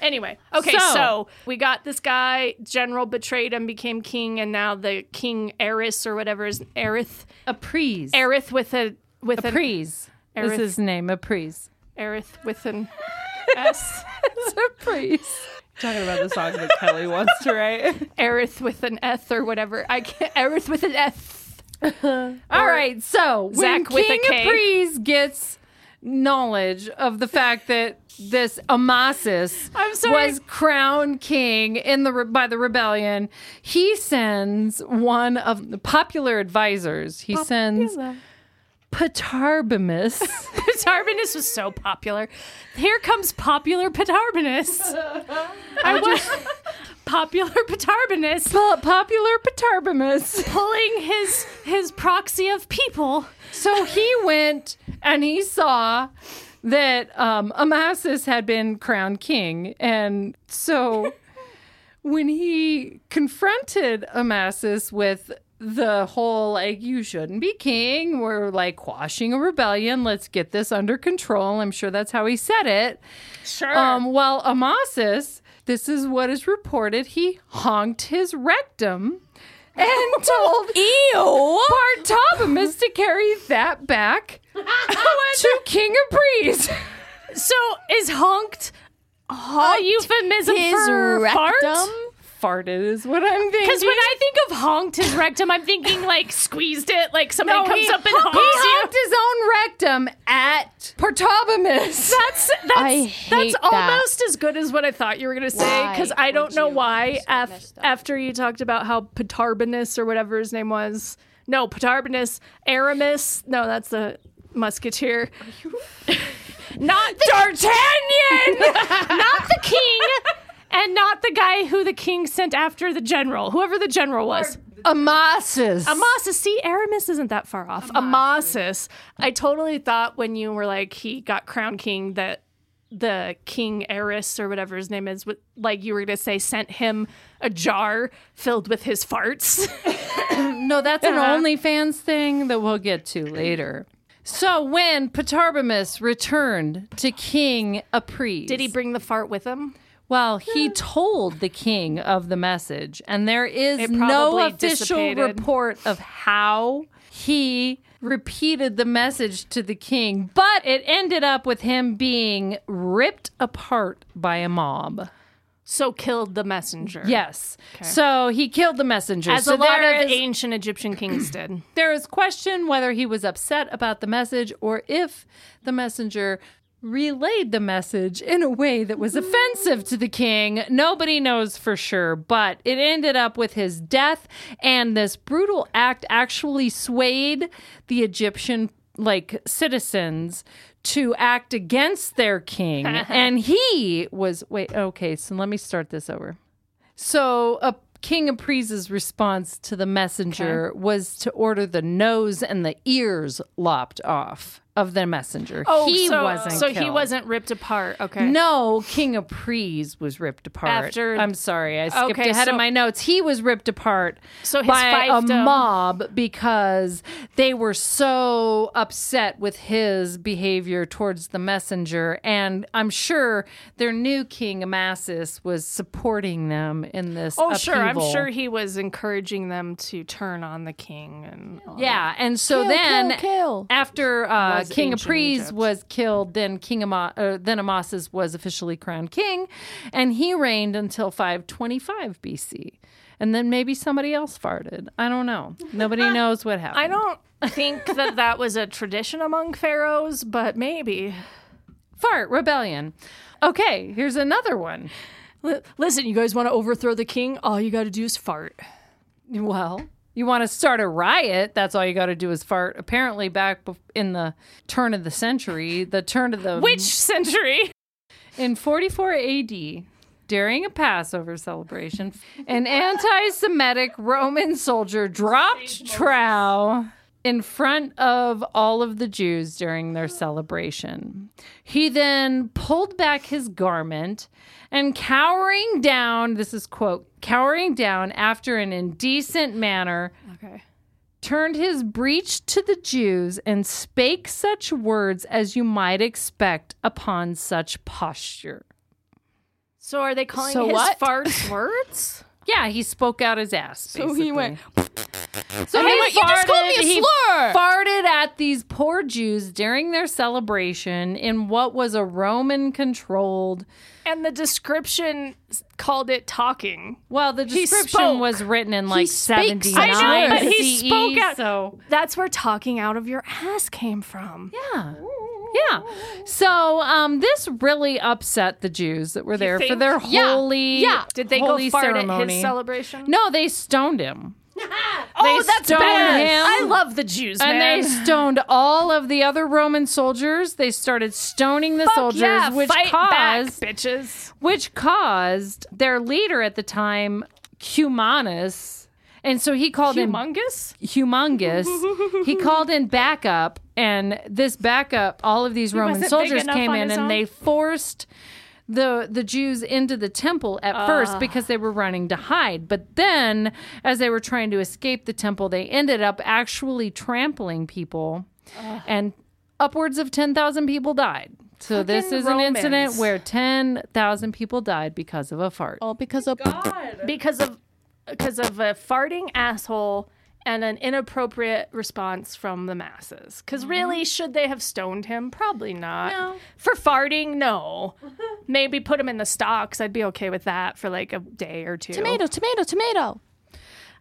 Speaker 3: anyway, okay, so.
Speaker 2: So-
Speaker 3: we got this guy, general betrayed him, became king, and now the king Eris or whatever is Aerith,
Speaker 2: Apries.
Speaker 3: Aerith with a with an
Speaker 2: Apries. Is
Speaker 3: Aerith.
Speaker 2: his name Apries?
Speaker 3: Aerith with an S,
Speaker 2: Apries.
Speaker 4: talking about the song that Kelly wants to write.
Speaker 3: Aerith with an Eth or whatever. I can't Aerith with an Eth.
Speaker 2: All right, so when
Speaker 3: Zach with a
Speaker 2: King
Speaker 3: K.
Speaker 2: Apries gets knowledge of the fact that this Amasis
Speaker 3: I'm sorry.
Speaker 2: was crowned king in the re- by the rebellion, he sends one of the popular advisors. He sends Patarbimus.
Speaker 3: Petarbinus was so popular. Here comes popular Petarbinus. I was popular Petarbinus.
Speaker 2: Pa- popular Patarbimus.
Speaker 3: pulling his his proxy of people.
Speaker 2: So he went and he saw that um, Amasis had been crowned king. And so when he confronted Amasis with the whole, like, you shouldn't be king, we're like quashing a rebellion, let's get this under control. I'm sure that's how he said it.
Speaker 3: Sure.
Speaker 2: Um, well, Amasis, this is what is reported. He honked his rectum and told Ew. Bartobamus to carry that back to King Apries.
Speaker 3: so is honked a euphemism
Speaker 5: His
Speaker 3: for
Speaker 5: rectum.
Speaker 3: fart?
Speaker 2: farted is what I'm thinking.
Speaker 3: Because when I think of honked his rectum, I'm thinking like squeezed it, like somebody comes
Speaker 2: he-
Speaker 3: up and
Speaker 2: he
Speaker 3: honks
Speaker 2: honked his own rectum at Portobamus.
Speaker 3: you. That's that's
Speaker 5: I hate
Speaker 3: that's
Speaker 5: that.
Speaker 3: almost as good as what I thought you were gonna say.
Speaker 5: Why
Speaker 3: Because I
Speaker 5: would
Speaker 3: don't know
Speaker 5: you?
Speaker 3: why.
Speaker 5: I'm so
Speaker 3: Af-
Speaker 5: messed up.
Speaker 3: after you talked about how Patarbanus or whatever his name was, no Patarbanus, Aramis. No, that's the musketeer. Not the D'Artagnan. not the king. And not the guy who the king sent after the general, whoever the general was.
Speaker 2: Amasis.
Speaker 3: Amasis. See, Aramis isn't that far off. Amasis. I totally thought when you were like he got crowned king that the king heiress or whatever his name is, with, like you were gonna say, sent him a jar filled with his farts.
Speaker 2: No, that's an
Speaker 3: Uh-huh.
Speaker 2: OnlyFans thing that we'll get to later. So when Patarbamus returned to King Apries,
Speaker 3: Did he bring the fart with him?
Speaker 2: Well, he told the king of the message, and there is
Speaker 3: It
Speaker 2: no
Speaker 3: probably
Speaker 2: official
Speaker 3: dissipated.
Speaker 2: report of how he repeated the message to the king, but it ended up with him being ripped apart by a mob.
Speaker 3: So killed the messenger.
Speaker 2: Yes. So he killed the messenger.
Speaker 3: As
Speaker 2: so
Speaker 3: a lot
Speaker 2: there
Speaker 3: of
Speaker 2: is-
Speaker 3: ancient Egyptian kings did.
Speaker 2: there is question whether he was upset about the message or if the messenger relayed the message in a way that was offensive to the king. Nobody knows for sure, but it ended up with his death and this brutal act actually swayed the Egyptian like citizens to act against their king. and he was wait, okay, so let me start this over. So, a King Apries' response to the messenger was to order the nose and the ears lopped off of the messenger. he
Speaker 3: Oh, so,
Speaker 2: wasn't.
Speaker 3: So he
Speaker 2: killed.
Speaker 3: wasn't ripped apart. Okay.
Speaker 2: No, King Apries was ripped apart.
Speaker 3: After-
Speaker 2: I'm sorry, I skipped
Speaker 3: Okay,
Speaker 2: ahead of
Speaker 3: so-
Speaker 2: my notes. He was ripped apart
Speaker 3: So his
Speaker 2: by a
Speaker 3: fiefdom-
Speaker 2: mob because they were so upset with his behavior towards the messenger, and I'm sure their new king Amasis was supporting them in this.
Speaker 3: Oh, sure. I'm
Speaker 2: upheaval.
Speaker 3: sure he was encouraging them to turn on the king and all
Speaker 2: Yeah, and so then
Speaker 5: kill.
Speaker 2: after uh,
Speaker 3: Was
Speaker 2: King
Speaker 3: ancient
Speaker 2: Apries
Speaker 3: Egypt.
Speaker 2: was killed, then King Ama- uh, then Amasis was officially crowned king, and he reigned until 525 BC. And then maybe somebody else farted. I don't know. Nobody knows what happened.
Speaker 3: I don't think that that was a tradition among pharaohs, but maybe.
Speaker 2: fart rebellion. Okay, here's another one.
Speaker 3: L- listen, you guys want to overthrow the king? All you got to do is fart.
Speaker 2: Well, you want to start a riot? That's all you got to do is fart. Apparently, back bef- in the turn of the century, the turn of the
Speaker 3: Which century?
Speaker 2: In 44 AD, during a Passover celebration, an anti Semitic Roman soldier dropped trow in front of all of the Jews during their celebration. He then pulled back his garment and cowering down, this is quote, cowering down after an indecent manner,
Speaker 3: Okay.
Speaker 2: turned his breach to the Jews and spake such words as you might expect upon such posture.
Speaker 3: So are they calling
Speaker 5: So
Speaker 3: his
Speaker 5: what?
Speaker 3: farts words?
Speaker 2: Yeah, he spoke out his ass.
Speaker 5: So he went-
Speaker 2: basically. So
Speaker 5: And he went, "You just called me a
Speaker 2: he
Speaker 5: slur!"
Speaker 2: Farted at these poor Jews during their celebration in what was a Roman-controlled.
Speaker 3: And the description s- called it talking.
Speaker 2: Well, the
Speaker 3: He
Speaker 2: description
Speaker 3: spoke.
Speaker 2: was written in like E.
Speaker 5: speaks
Speaker 2: seventy
Speaker 5: such
Speaker 2: nine.
Speaker 5: words.
Speaker 3: I know, but he
Speaker 2: CE,
Speaker 3: spoke out.
Speaker 2: So
Speaker 3: That's where talking out of your ass came from.
Speaker 2: yeah. Yeah. So um, this really upset the Jews that were there for
Speaker 3: think?
Speaker 2: their
Speaker 5: Yeah.
Speaker 2: holy
Speaker 5: Yeah.
Speaker 3: Did they
Speaker 2: holy
Speaker 3: go fart
Speaker 2: ceremony.
Speaker 3: at his celebration?
Speaker 2: No, they stoned him.
Speaker 3: oh,
Speaker 2: they stoned him.
Speaker 3: I love the Jews,
Speaker 2: And
Speaker 3: man.
Speaker 2: they stoned all of the other Roman soldiers. They started stoning the soldiers,
Speaker 3: yeah,
Speaker 2: which
Speaker 3: fight back,
Speaker 2: caused
Speaker 3: bitches.
Speaker 2: which caused their leader at the time, Cumanus, and so he called him
Speaker 3: humongous?
Speaker 2: humongous. he called in backup, and this backup, all of these Roman
Speaker 3: wasn't big
Speaker 2: soldiers
Speaker 3: enough
Speaker 2: came
Speaker 3: on
Speaker 2: in
Speaker 3: his
Speaker 2: and
Speaker 3: own?
Speaker 2: they forced the the Jews into the temple at
Speaker 3: Ah.
Speaker 2: first because they were running to hide. But then, as they were trying to escape the temple, they ended up actually trampling people, and upwards of ten thousand people died. So this
Speaker 3: Fucking
Speaker 2: is an incident
Speaker 3: Romans.
Speaker 2: where ten thousand people died because of a fart.
Speaker 5: All because of
Speaker 3: Because of because of a farting asshole and an inappropriate response from the masses. Because really, should they have stoned him? Probably not.
Speaker 7: No.
Speaker 3: For farting, no. Maybe put him in the stocks. I'd be okay with that for like a day or two.
Speaker 5: Tomato, tomato, tomato.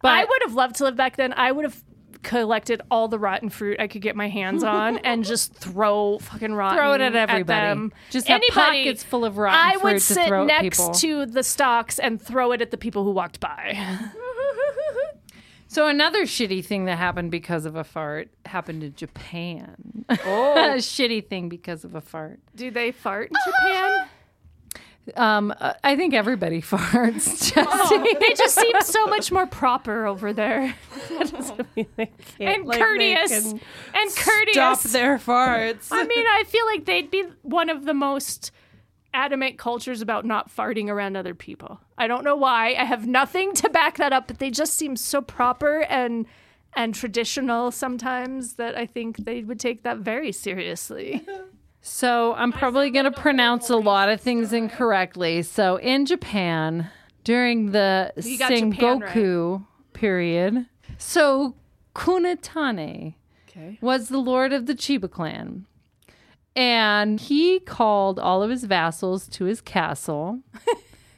Speaker 3: But I would have loved to live back then. I would have collected all the rotten fruit I could get my hands on and just throw fucking rotten
Speaker 2: Throw it at everybody.
Speaker 3: them.
Speaker 2: Just have
Speaker 3: Anybody.
Speaker 2: pockets full of rotten
Speaker 3: I
Speaker 2: fruit
Speaker 3: would
Speaker 2: to
Speaker 3: sit
Speaker 2: throw at
Speaker 3: next
Speaker 2: people.
Speaker 3: to the stocks and throw it at the people who walked by.
Speaker 2: So another shitty thing that happened because of a fart happened in Japan. Oh, a shitty thing because of a fart.
Speaker 3: Do they fart in Japan?
Speaker 2: Um, uh, I think everybody farts. Jesse.
Speaker 3: they just seem so much more proper over there and courteous and courteous.
Speaker 4: Stop their farts.
Speaker 3: I mean, I feel like they'd be one of the most adamant cultures about not farting around other people. I don't know why. I have nothing to back that up, but they just seem so proper and and traditional sometimes that I think they would take that very seriously.
Speaker 2: So I'm probably going to pronounce a lot of things incorrectly. So in Japan, during the
Speaker 3: got Japan
Speaker 2: Sengoku period, so Kunitane was the lord of the Chiba clan. And he called all of his vassals to his castle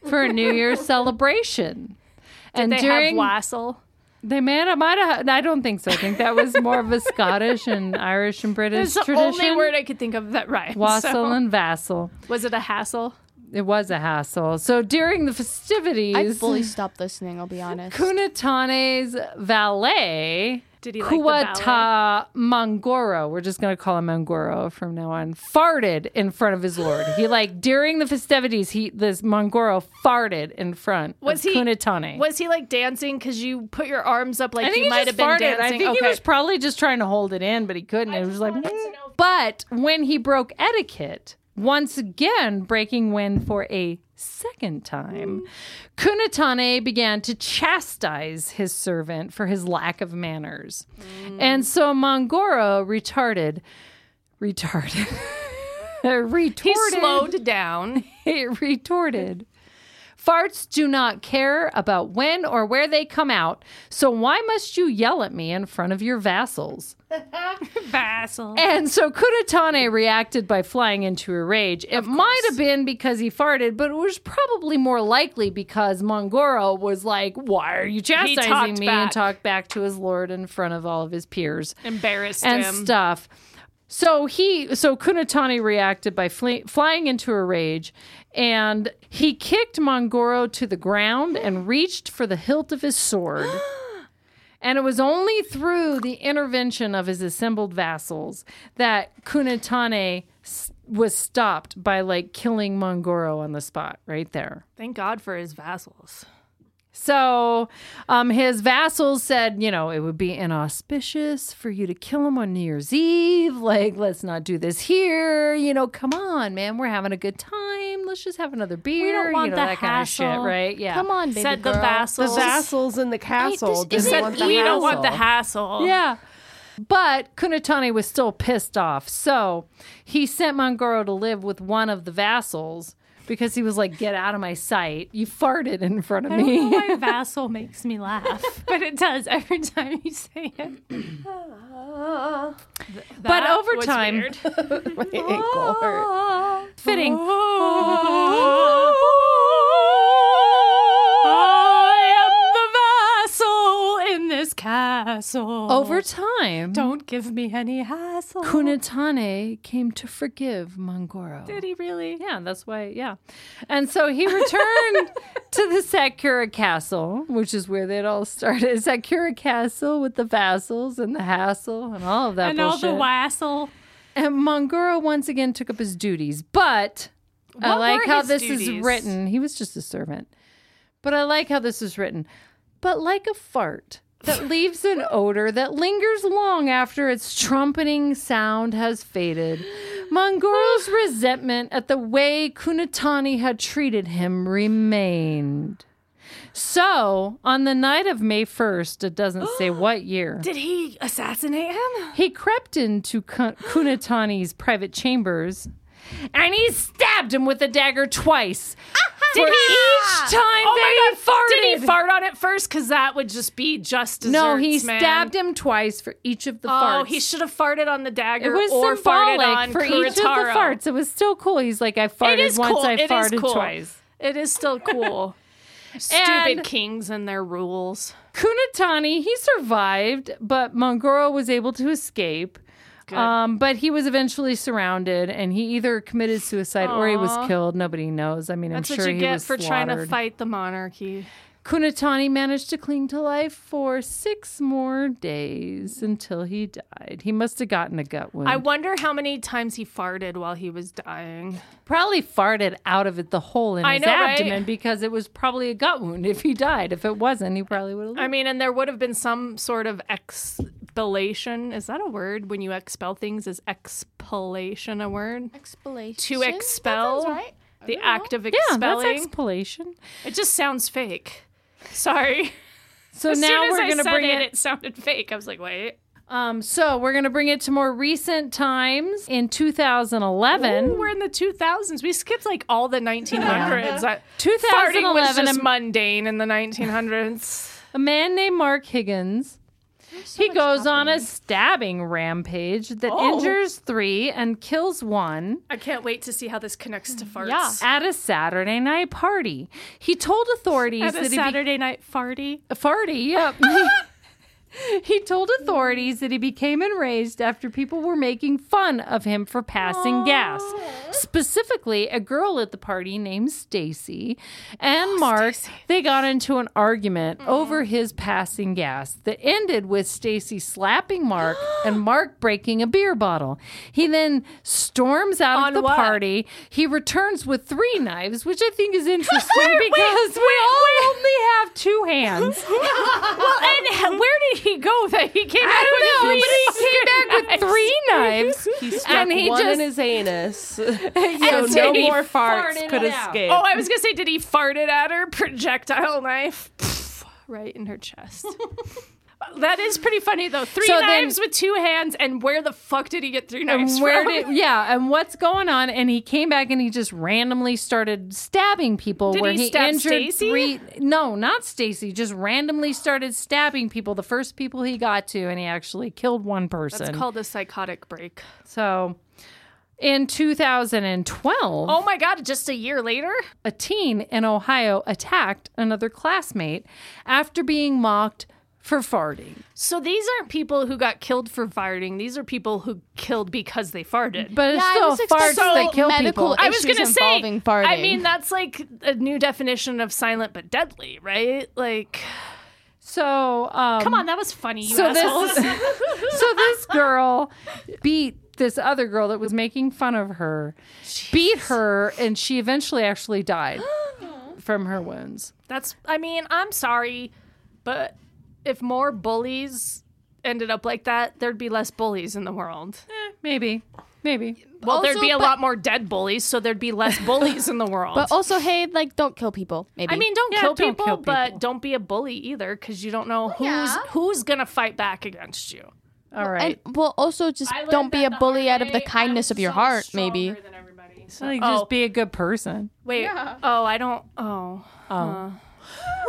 Speaker 2: for a New Year's celebration. and
Speaker 3: They
Speaker 2: during
Speaker 3: have wassail.
Speaker 2: they may have, might have, I don't think so. I think that was more of a Scottish and Irish and British
Speaker 3: It's the
Speaker 2: tradition.
Speaker 3: only word I could think of that rhymes.
Speaker 2: Wassail
Speaker 3: so-
Speaker 2: and vassal.
Speaker 3: Was it a hassle?
Speaker 2: It was a hassle. So during the
Speaker 5: I
Speaker 2: festivities,
Speaker 5: fully stopped listening, I'll be honest.
Speaker 2: Kunitane's valet,
Speaker 3: Did he like the ballet?
Speaker 2: Kuwata Mangoro, we're just going to call him Mangoro from now on, farted in front of his lord. He like during the festivities, he this Mangoro farted in front
Speaker 3: Was
Speaker 2: of
Speaker 3: he-
Speaker 2: Kunitane.
Speaker 3: Was he like dancing because you put your arms up like
Speaker 2: I think
Speaker 3: you
Speaker 2: he
Speaker 3: might
Speaker 2: just
Speaker 3: have been
Speaker 2: farted.
Speaker 3: dancing?
Speaker 2: I think
Speaker 3: okay.
Speaker 2: he was probably just trying to hold it in, but he couldn't. It was like, "Mm." but when he broke etiquette, once again breaking wind for a second time, Kunitane began to chastise his servant for his lack of manners.
Speaker 3: Mm.
Speaker 2: And so Mongoro retarded, retarded, retorted.
Speaker 3: he slowed down.
Speaker 2: It retorted. Farts do not care about when or where they come out, so why must you yell at me in front of your vassals?
Speaker 3: Vassal.
Speaker 2: And so Kunitane reacted by flying into a rage. It might have been because he farted, but it was probably more likely because Mongoro was like, Why are you chastising
Speaker 3: talked
Speaker 2: me?
Speaker 3: back.
Speaker 2: And talked back to his lord in front of all of his peers
Speaker 3: Embarrassed
Speaker 2: and
Speaker 3: him.
Speaker 2: stuff. So he, so Kunitani reacted by fl- flying into a rage, and he kicked Mongoro to the ground and reached for the hilt of his sword. And it was only through the intervention of his assembled vassals that Kunitane s- was stopped by like killing Mongoro on the spot right there.
Speaker 3: Thank God for his vassals.
Speaker 2: So um, his vassals said, you know, it would be inauspicious for you to kill him on New Year's Eve. Like, let's not do this here. You know, come on, man. We're having a good time. Let's just have another beer. you
Speaker 3: want
Speaker 2: know,
Speaker 3: the
Speaker 2: that kind of shit,
Speaker 3: hassle.
Speaker 2: right? Yeah.
Speaker 5: Come on, baby
Speaker 3: Said the
Speaker 5: girl.
Speaker 4: the
Speaker 3: vassals.
Speaker 4: vassals in the castle.
Speaker 5: this
Speaker 4: didn't
Speaker 5: isn't
Speaker 4: want the
Speaker 3: we don't want the
Speaker 4: hassle.
Speaker 3: hassle.
Speaker 2: Yeah. But Kunitani was still pissed off. So he sent Mongoro to live with one of the vassals because he was like, get out of my sight. You farted in front of
Speaker 3: I don't know
Speaker 2: me.
Speaker 3: why vassal makes me laugh, but it does every time you say it.
Speaker 2: But over time,
Speaker 4: My ankle hurt.
Speaker 2: fitting.
Speaker 3: I am the vassal in this castle.
Speaker 2: Over time,
Speaker 3: Don't give me any hassle.
Speaker 2: Kunitane came to forgive Mongoro.
Speaker 3: Did he really?
Speaker 2: Yeah, that's why. Yeah, and so he returned to the Sakura Castle, which is where it all started. Sakura Castle with the vassals and the hassle and all of that
Speaker 3: and
Speaker 2: bullshit.
Speaker 3: all the wassel.
Speaker 2: and Mongoro once again took up his duties, but I
Speaker 3: What
Speaker 2: like
Speaker 3: were
Speaker 2: how
Speaker 3: his
Speaker 2: this is
Speaker 3: duties?
Speaker 2: written. He was just a servant, but I like how this is written. But like a fart that leaves an odor that lingers long after its trumpeting sound has faded, Mongoro's resentment at the way Kunitani had treated him remained. So, on the night of May 1st, it doesn't say what year.
Speaker 3: Did he assassinate him?
Speaker 2: He crept into Kun- Kunitani's private chambers and he stabbed him with a dagger twice, for each time
Speaker 3: Uh-huh. Oh my
Speaker 2: that he Oh farted.
Speaker 3: Did he fart on it first? Because that would just be just desserts,
Speaker 2: no, he
Speaker 3: man.
Speaker 2: stabbed him twice for each of the
Speaker 3: Oh,
Speaker 2: farts.
Speaker 3: he should have farted on the
Speaker 2: it
Speaker 3: dagger
Speaker 2: was
Speaker 3: or farted on
Speaker 2: symbolic for each of the
Speaker 3: Kuretaro.
Speaker 2: farts. It was so cool. He's like, I farted
Speaker 3: It is
Speaker 2: once,
Speaker 3: cool.
Speaker 2: I
Speaker 3: It is
Speaker 2: farted
Speaker 3: cool.
Speaker 2: twice.
Speaker 3: It is still cool. Stupid
Speaker 2: And-
Speaker 3: kings and their rules.
Speaker 2: Kunitani, he survived, but Mongoro was able to escape. Um, but he was eventually surrounded, and he either committed suicide or he was
Speaker 3: Aw.
Speaker 2: killed. Nobody knows. I mean,
Speaker 3: That's
Speaker 2: I'm
Speaker 3: what
Speaker 2: sure
Speaker 3: you
Speaker 2: he
Speaker 3: get
Speaker 2: was
Speaker 3: for trying to
Speaker 2: slaughtered.
Speaker 3: fight the monarchy.
Speaker 2: Kunitani managed to cling to life for six more days until he died. He must have gotten a gut wound.
Speaker 3: I wonder how many times he farted while he was dying.
Speaker 2: probably farted out of it the hole in
Speaker 3: I
Speaker 2: his
Speaker 3: know, right?
Speaker 2: abdomen because it was probably a gut wound. If he died, if it wasn't, he probably would have.
Speaker 3: I mean, and there would have been some sort of expellation. Is that a word? When you expel things, is expellation a word?
Speaker 5: Expellation.
Speaker 3: To expel
Speaker 5: right.
Speaker 3: the act of
Speaker 2: yeah,
Speaker 3: expelling.
Speaker 2: that's expellation.
Speaker 3: it just sounds fake. Sorry.
Speaker 2: So
Speaker 3: as
Speaker 2: now
Speaker 3: soon as
Speaker 2: we're
Speaker 3: I
Speaker 2: gonna
Speaker 3: said
Speaker 2: bring
Speaker 3: it. It sounded fake. I was like, wait.
Speaker 2: Um, so we're gonna bring it to more recent times. In 2011,
Speaker 3: Ooh, we're in the 2000s. We skipped like all the 1900s. I- Farting was
Speaker 2: 2011,
Speaker 3: just
Speaker 2: a,
Speaker 3: mundane in the 1900s.
Speaker 2: a man named Mark Higgins. he goes on a stabbing rampage that
Speaker 3: Oh.
Speaker 2: injures three and kills one.
Speaker 3: I can't wait to see how this connects to farts.
Speaker 2: At a Saturday night party, he told authorities
Speaker 3: At
Speaker 2: that
Speaker 3: a
Speaker 2: he be-
Speaker 3: Saturday night farty.
Speaker 2: Farty, yep. he told authorities that he became enraged after people were making fun of him for passing gas. Specifically, a girl at the party named Stacy and Mark, they got into an argument over his passing gas that ended with Stacy slapping Mark and Mark breaking a beer bottle. He then storms out
Speaker 3: On
Speaker 2: of the
Speaker 3: what?
Speaker 2: party. He returns with three knives, which I think is interesting because we all only have two hands.
Speaker 3: And where did he go that he came back
Speaker 2: I don't
Speaker 3: with
Speaker 2: know, but
Speaker 3: three
Speaker 2: he came back
Speaker 3: fucking
Speaker 2: with three knives.
Speaker 4: He stuck
Speaker 2: and he
Speaker 4: one
Speaker 2: just
Speaker 4: in his anus. so
Speaker 2: and
Speaker 4: no
Speaker 2: he
Speaker 4: more farts
Speaker 2: farted
Speaker 4: could
Speaker 2: it out.
Speaker 4: escape.
Speaker 3: Oh, I was gonna say, did he fart it at her? Projectile knife, Pff, right in her chest. that is pretty funny though. Three
Speaker 2: So then-
Speaker 3: knives with two hands, and where the fuck did he get three
Speaker 2: And
Speaker 3: knives
Speaker 2: where
Speaker 3: from?
Speaker 2: did yeah, and what's going on? And he came back and he just randomly started stabbing people
Speaker 3: Did
Speaker 2: where
Speaker 3: he
Speaker 2: he,
Speaker 3: stab
Speaker 2: injured
Speaker 3: Stacy?
Speaker 2: three no, not Stacy, just randomly started stabbing people, the first people he got to, and he actually killed one person.
Speaker 3: It's called a psychotic break.
Speaker 2: so in 2012,
Speaker 3: Oh my god! Just a year later,
Speaker 2: a teen in Ohio attacked another classmate after being mocked for farting.
Speaker 3: so these aren't people who got killed for farting. These are people who killed because they farted.
Speaker 2: But
Speaker 5: Yeah, I
Speaker 2: it's
Speaker 5: was
Speaker 2: still farts
Speaker 5: expecting
Speaker 2: that kill
Speaker 5: medical
Speaker 2: people.
Speaker 5: I-
Speaker 3: I was
Speaker 5: issues
Speaker 3: gonna say,
Speaker 5: involving farting.
Speaker 3: I mean, that's like a new definition of silent but deadly, right? Like,
Speaker 2: so um,
Speaker 3: come on, that was funny. You
Speaker 2: so
Speaker 3: assholes.
Speaker 2: this, so this girl beat this other girl that was making fun of her, beat her, and she eventually actually died from her wounds.
Speaker 3: That's, I mean, I'm sorry, but if more bullies ended up like that, there'd be less bullies in the world.
Speaker 2: Maybe, maybe.
Speaker 3: Well, there'd
Speaker 5: Also,
Speaker 3: be a
Speaker 5: but-
Speaker 3: lot more dead bullies, so there'd be less bullies in the world.
Speaker 5: But also, hey, like, don't kill people. Maybe.
Speaker 3: I mean, don't,
Speaker 2: Yeah,
Speaker 3: kill,
Speaker 2: don't
Speaker 3: people,
Speaker 2: kill
Speaker 3: but
Speaker 2: people.
Speaker 3: don't be a bully either, because you don't know who's
Speaker 5: yeah.
Speaker 3: who's gonna fight back against you.
Speaker 2: All right.
Speaker 5: And well, also just don't be a bully out of the kindness of your heart. Maybe.
Speaker 2: Like,
Speaker 3: oh.
Speaker 2: just be a good person.
Speaker 3: Wait. Oh, I don't. Oh.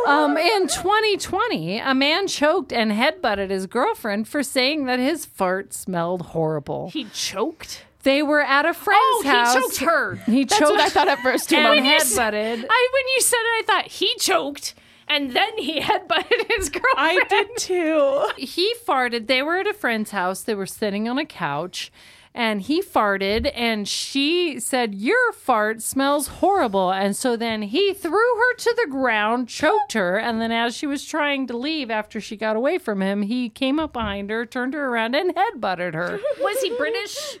Speaker 2: Um, in 2020, a man choked and headbutted his girlfriend for saying that his fart smelled horrible.
Speaker 3: He choked?
Speaker 2: They were at a friend's
Speaker 3: Oh,
Speaker 2: house.
Speaker 3: he choked her.
Speaker 2: He
Speaker 5: That's
Speaker 2: choked
Speaker 5: what I thought at first too.
Speaker 2: and
Speaker 5: Mom.
Speaker 2: headbutted.
Speaker 3: I when you said it, I thought he choked and then he headbutted his girlfriend.
Speaker 4: I did too.
Speaker 2: he farted. They were at a friend's house. They were sitting on a couch and he farted and she said, Your fart smells horrible. And so then he threw her to the ground, choked her. And then as she was trying to leave after she got away from him, he came up behind her, turned her around, and headbutted her.
Speaker 3: Was he British?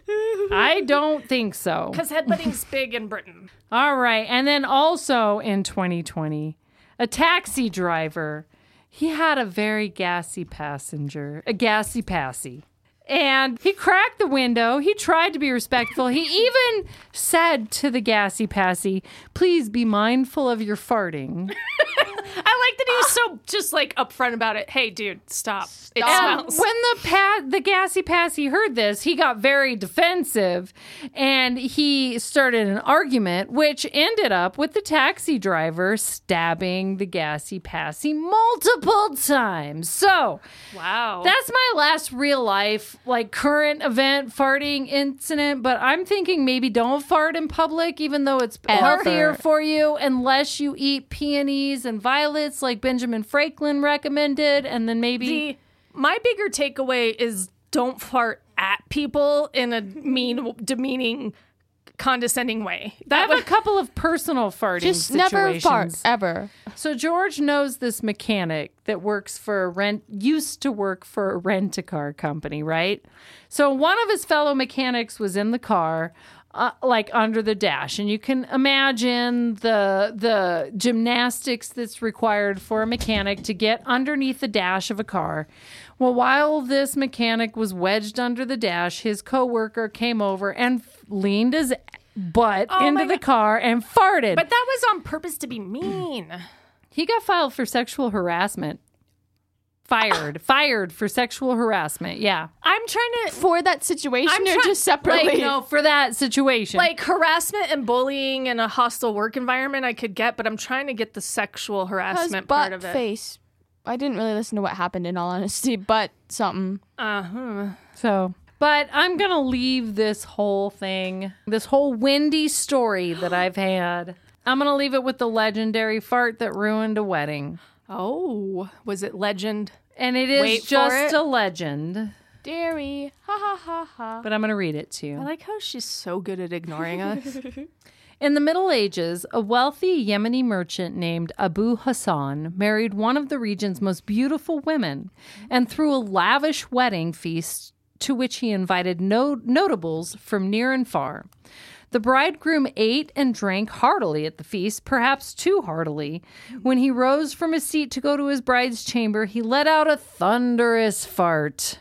Speaker 2: I don't think so.
Speaker 3: Because headbutting's big in Britain.
Speaker 2: All right. And then also in 2020, a taxi driver, he had a very gassy passenger, a gassy passy. And he cracked the window. He tried to be respectful. He even said to the gassy passy, please be mindful of your farting.
Speaker 3: I I like that he was so just like upfront about it. Hey, dude, stop. It
Speaker 2: And
Speaker 3: smells.
Speaker 2: Um, when the pa- the gassy passy heard this, he got very defensive and he started an argument, which ended up with the taxi driver stabbing the gassy passy multiple times. So
Speaker 3: wow.
Speaker 2: that's my last real life, like current event farting incident. But I'm thinking maybe don't fart in public, even though it's healthier for you, unless you eat peonies and violets like Benjamin Franklin recommended. And then maybe.
Speaker 3: the my bigger takeaway is don't fart at people in a mean, demeaning, condescending way.
Speaker 2: I
Speaker 3: That
Speaker 2: have
Speaker 3: was
Speaker 2: a couple of personal farting
Speaker 5: Just never
Speaker 2: situations.
Speaker 5: fart ever.
Speaker 2: So George knows this mechanic that works for a rent used to work for a rent a car company, right? So one of his fellow mechanics was in the car uh, like under the dash and you can imagine the the gymnastics that's required for a mechanic to get underneath the dash of a car. Well, while this mechanic was wedged under the dash, his coworker came over and f- leaned his butt into
Speaker 3: Oh my
Speaker 2: the car and farted.
Speaker 3: but that was on purpose to be mean.
Speaker 2: He got filed for sexual harassment. Fired. fired for sexual harassment. Yeah.
Speaker 3: I'm trying to
Speaker 5: For that situation
Speaker 3: I'm
Speaker 5: or
Speaker 3: try-
Speaker 5: just separately?
Speaker 2: Like, no, for that situation.
Speaker 3: like harassment and bullying in a hostile work environment I could get, but I'm trying to get the sexual
Speaker 5: His
Speaker 3: harassment
Speaker 5: butt
Speaker 3: part of it.
Speaker 5: face. I didn't really listen to what happened in all honesty, but something.
Speaker 3: Uh, hmm.
Speaker 2: so. But I'm going to leave this whole thing, this whole windy story that I've had. I'm going to leave it with the legendary fart that ruined a wedding.
Speaker 3: Oh, was it legend?
Speaker 2: And it is
Speaker 3: Wait for
Speaker 2: just
Speaker 3: it.
Speaker 2: a legend,
Speaker 5: Dairy. Ha ha ha ha.
Speaker 2: but I'm going to read it to you.
Speaker 3: I like how she's so good at ignoring us.
Speaker 2: In the Middle Ages, a wealthy Yemeni merchant named Abu Hassan married one of the region's most beautiful women, and threw a lavish wedding feast to which he invited no- notables from near and far. The bridegroom ate and drank heartily at the feast, perhaps too heartily. When he rose from his seat to go to his bride's chamber, he let out a thunderous fart.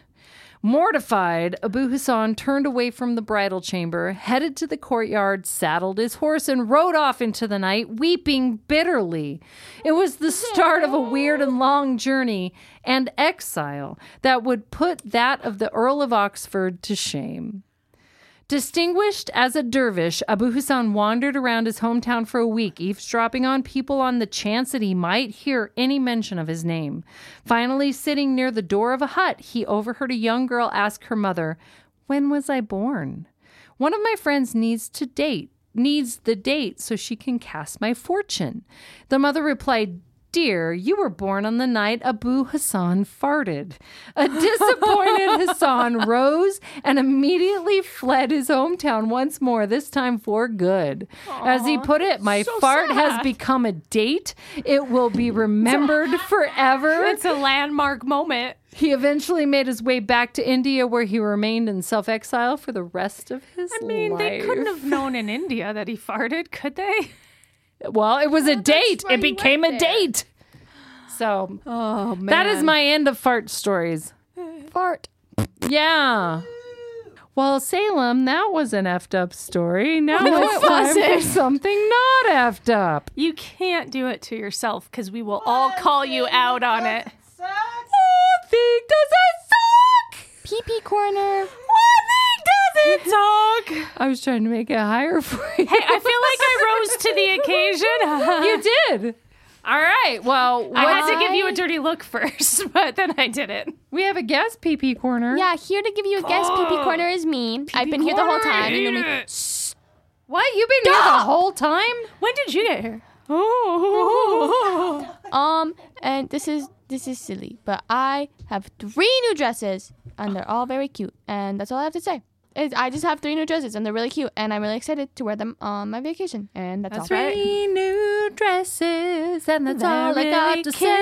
Speaker 2: Mortified, Abu Hassan turned away from the bridal chamber, headed to the courtyard, saddled his horse, and rode off into the night, weeping bitterly. It was the start of a weird and long journey and exile that would put that of the Earl of Oxford to shame. Distinguished as a dervish, Abu Hassan wandered around his hometown for a week, eavesdropping on people on the chance that he might hear any mention of his name. Finally, sitting near the door of a hut, he overheard a young girl ask her mother, When was I born? One of my friends needs to date, needs the date so she can cast my fortune. The mother replied, Dear, you were born on the night Abu Hassan farted. A disappointed Hassan rose and immediately fled his hometown once more, this time for good. As he put it, my fart has become a date. It will be remembered forever.
Speaker 3: it's a landmark moment.
Speaker 2: He eventually made his way back to India, where he remained in self exile for the rest of his life.
Speaker 3: I mean, they couldn't have known in India that he farted, could they?
Speaker 2: Well, it was a date. It became a date. So
Speaker 3: Oh man,
Speaker 2: that is my end of fart stories.
Speaker 5: Fart.
Speaker 2: Yeah. Well, Salem, that was an effed up story. Now it's
Speaker 5: it
Speaker 2: time for
Speaker 5: wasn't.
Speaker 2: something not effed up.
Speaker 3: You can't do it to yourself because we will all call you out on it.
Speaker 2: One thing doesn't suck.
Speaker 5: Pee pee corner.
Speaker 2: One thing doesn't.
Speaker 3: Dog.
Speaker 2: I was trying to make it higher for you. Hey,
Speaker 3: I feel like I rose to the occasion.
Speaker 2: you did. All right. Well,
Speaker 3: I
Speaker 2: what-
Speaker 3: had to give you a dirty look first, but then I did it.
Speaker 2: we have a guest PP corner.
Speaker 5: Yeah, here to give you a guess, pee pee corner is me. I've been here the whole time. And then we-
Speaker 2: What? You've been here the whole time?
Speaker 3: When did you get here?
Speaker 5: Um, and this is this is silly, but I have three new dresses, and they're all very cute, and that's all I have to say. Is I just have three new dresses, and they're really cute, and I'm really excited to wear them on my vacation, and that's, all.
Speaker 2: Three new dresses, and that's
Speaker 5: They're
Speaker 2: all I got
Speaker 5: really
Speaker 2: to say.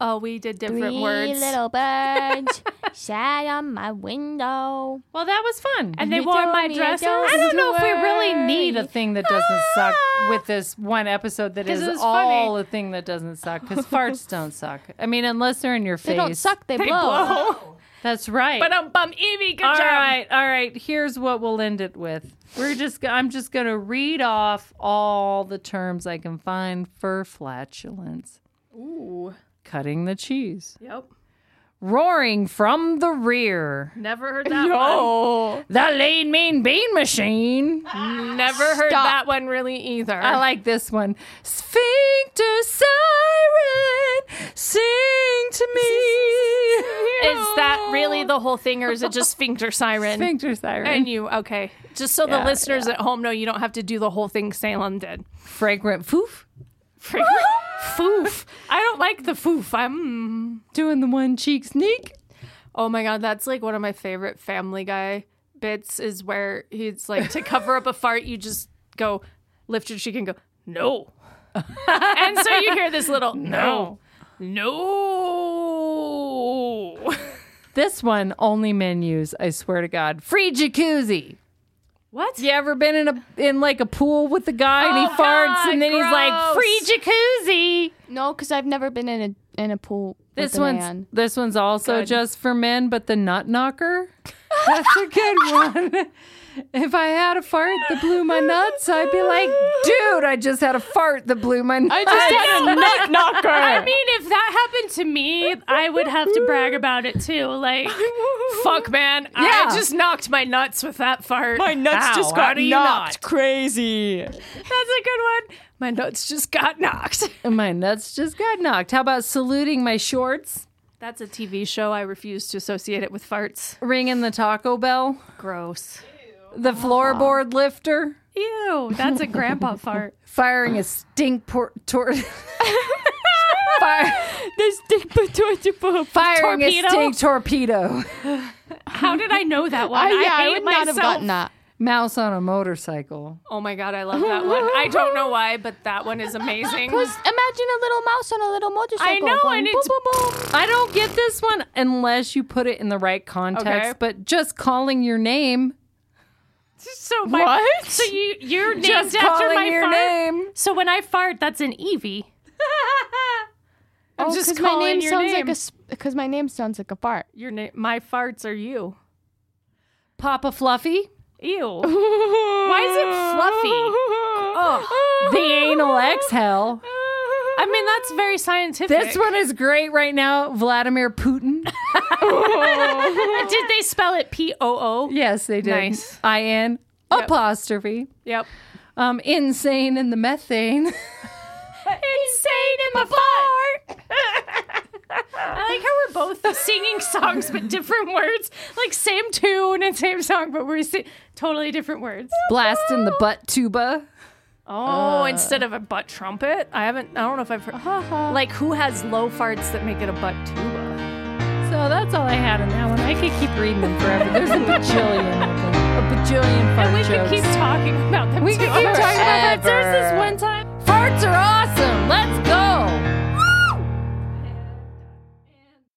Speaker 3: Oh, we did different
Speaker 5: Three
Speaker 3: words.
Speaker 5: little birds sat on my window.
Speaker 2: Well, that was fun.
Speaker 3: and they
Speaker 5: You
Speaker 3: wore
Speaker 5: told
Speaker 3: my
Speaker 5: me
Speaker 3: dress.
Speaker 5: don't
Speaker 2: I don't know if we really
Speaker 5: worry.
Speaker 2: need a thing that doesn't suck with Ah! this one episode that
Speaker 3: 'Cause
Speaker 2: is
Speaker 3: it was
Speaker 2: all a thing that doesn't suck because farts don't suck. I mean, unless they're in your face.
Speaker 5: They don't suck, they, blow.
Speaker 2: That's right.
Speaker 3: But um, bum, Evie, good
Speaker 2: All
Speaker 3: job.
Speaker 2: right, all right. Here's what we'll end it with. We're just. go- I'm just gonna read off all the terms I can find for flatulence.
Speaker 3: Ooh.
Speaker 2: Cutting the cheese.
Speaker 3: Yep.
Speaker 2: Roaring from the rear.
Speaker 3: Never heard that
Speaker 2: The lean mean bean machine.
Speaker 3: one. Never heard
Speaker 5: Stop.
Speaker 3: that one really either.
Speaker 2: I like this one. Sphincter siren, sing to me.
Speaker 3: is that really the whole thing, or is it just sphincter siren?
Speaker 2: sphincter siren?
Speaker 3: And you, okay. Just so
Speaker 2: Yeah,
Speaker 3: the listeners at home know, you don't have to do the whole thing Salem did.
Speaker 2: fragrant foof,
Speaker 3: Freak- foof. I don't like the foof. I'm.
Speaker 2: doing the one cheek sneak.
Speaker 3: Oh my God, that's like one of my favorite Family Guy bits is where he's like, to cover up a fart, you just go, lift your cheek and go, no. and so you hear this little, no, no.
Speaker 2: This one only men use. I swear to God. Free jacuzzi.
Speaker 3: What?
Speaker 2: You ever been in a in like a pool with a guy and he
Speaker 3: Oh,
Speaker 2: farts
Speaker 3: God,
Speaker 2: and then he's like
Speaker 3: gross.
Speaker 2: free jacuzzi.
Speaker 5: No, because I've never been in a in a pool.
Speaker 2: This
Speaker 5: with a
Speaker 2: one's
Speaker 5: man.
Speaker 2: this one's also
Speaker 3: Good.
Speaker 2: just for men, but the nut knocker. That's a good one. If I had a fart that blew my nuts, I'd be like, dude, I just had a fart that blew my nuts.
Speaker 5: I just had a nut knocker.
Speaker 3: I mean, if that happened to me, I would have to brag about it too. Like, fuck, man, I
Speaker 2: Yeah.
Speaker 3: just knocked my nuts with that fart.
Speaker 7: My nuts
Speaker 2: Ow,
Speaker 7: just
Speaker 2: how
Speaker 7: got
Speaker 2: do
Speaker 7: knocked
Speaker 2: you not?
Speaker 7: crazy.
Speaker 3: That's a good one. My nuts just got knocked.
Speaker 2: my nuts just got knocked. How about saluting my shorts?
Speaker 3: That's a TV show. I refuse to associate it with farts.
Speaker 2: Ringing the taco bell?
Speaker 3: Gross.
Speaker 2: The floorboard lifter?
Speaker 3: Ew, that's a grandpa fart.
Speaker 2: Firing a stink por- tor- Fire-
Speaker 7: This dick poop.
Speaker 2: firing
Speaker 3: Torpedo?
Speaker 2: a stink torpedo.
Speaker 3: How did I know that one?
Speaker 5: I, yeah, I,
Speaker 3: hate
Speaker 5: would
Speaker 3: myself.
Speaker 5: not have gotten that.
Speaker 2: Mouse on a motorcycle.
Speaker 3: Oh my god, I love that one. I don't know why, but that one is amazing.
Speaker 5: Because imagine a little mouse on a little motorcycle.
Speaker 3: I know,
Speaker 5: going
Speaker 3: and
Speaker 5: boop,
Speaker 3: it's
Speaker 5: boop, boop.
Speaker 2: I don't get this one unless you put it in the right context,
Speaker 3: Okay.
Speaker 2: but just calling your name.
Speaker 3: so my
Speaker 7: What?
Speaker 3: so you you're named
Speaker 2: Just
Speaker 3: after
Speaker 2: calling
Speaker 3: my
Speaker 2: your
Speaker 3: fart.
Speaker 2: name.
Speaker 3: So when I fart, that's an Evie. I'm
Speaker 5: Oh,
Speaker 3: just
Speaker 5: because
Speaker 3: calling
Speaker 5: my name
Speaker 3: your
Speaker 5: sounds
Speaker 3: name.
Speaker 5: like a because my name sounds like a fart.
Speaker 3: your name. My farts are you.
Speaker 2: Papa Fluffy.
Speaker 3: Ew. Why is it fluffy? Oh,
Speaker 2: The anal exhale.
Speaker 3: I mean that's very scientific.
Speaker 2: This one is great right now. Vladimir Putin.
Speaker 3: Did they spell it P O O?
Speaker 2: Yes, they did.
Speaker 3: Nice.
Speaker 2: I N apostrophe.
Speaker 3: Yep.
Speaker 2: Um, insane in the methane.
Speaker 3: Insane in the fart. I like how we're both singing songs but different words, like same tune and same song, but we're si- totally different words.
Speaker 2: Blast in the butt tuba.
Speaker 3: Oh, instead of a butt trumpet, I haven't. I don't know if I've heard. like, who has low farts that make it a butt tuba?
Speaker 2: So that's all I had on that one. I could keep reading them forever. There's a bajillion of them. A bajillion fun
Speaker 3: And we
Speaker 2: jokes.
Speaker 3: can keep talking about them.
Speaker 2: We
Speaker 3: too.
Speaker 2: could keep talking about that. There's this one time. Farts are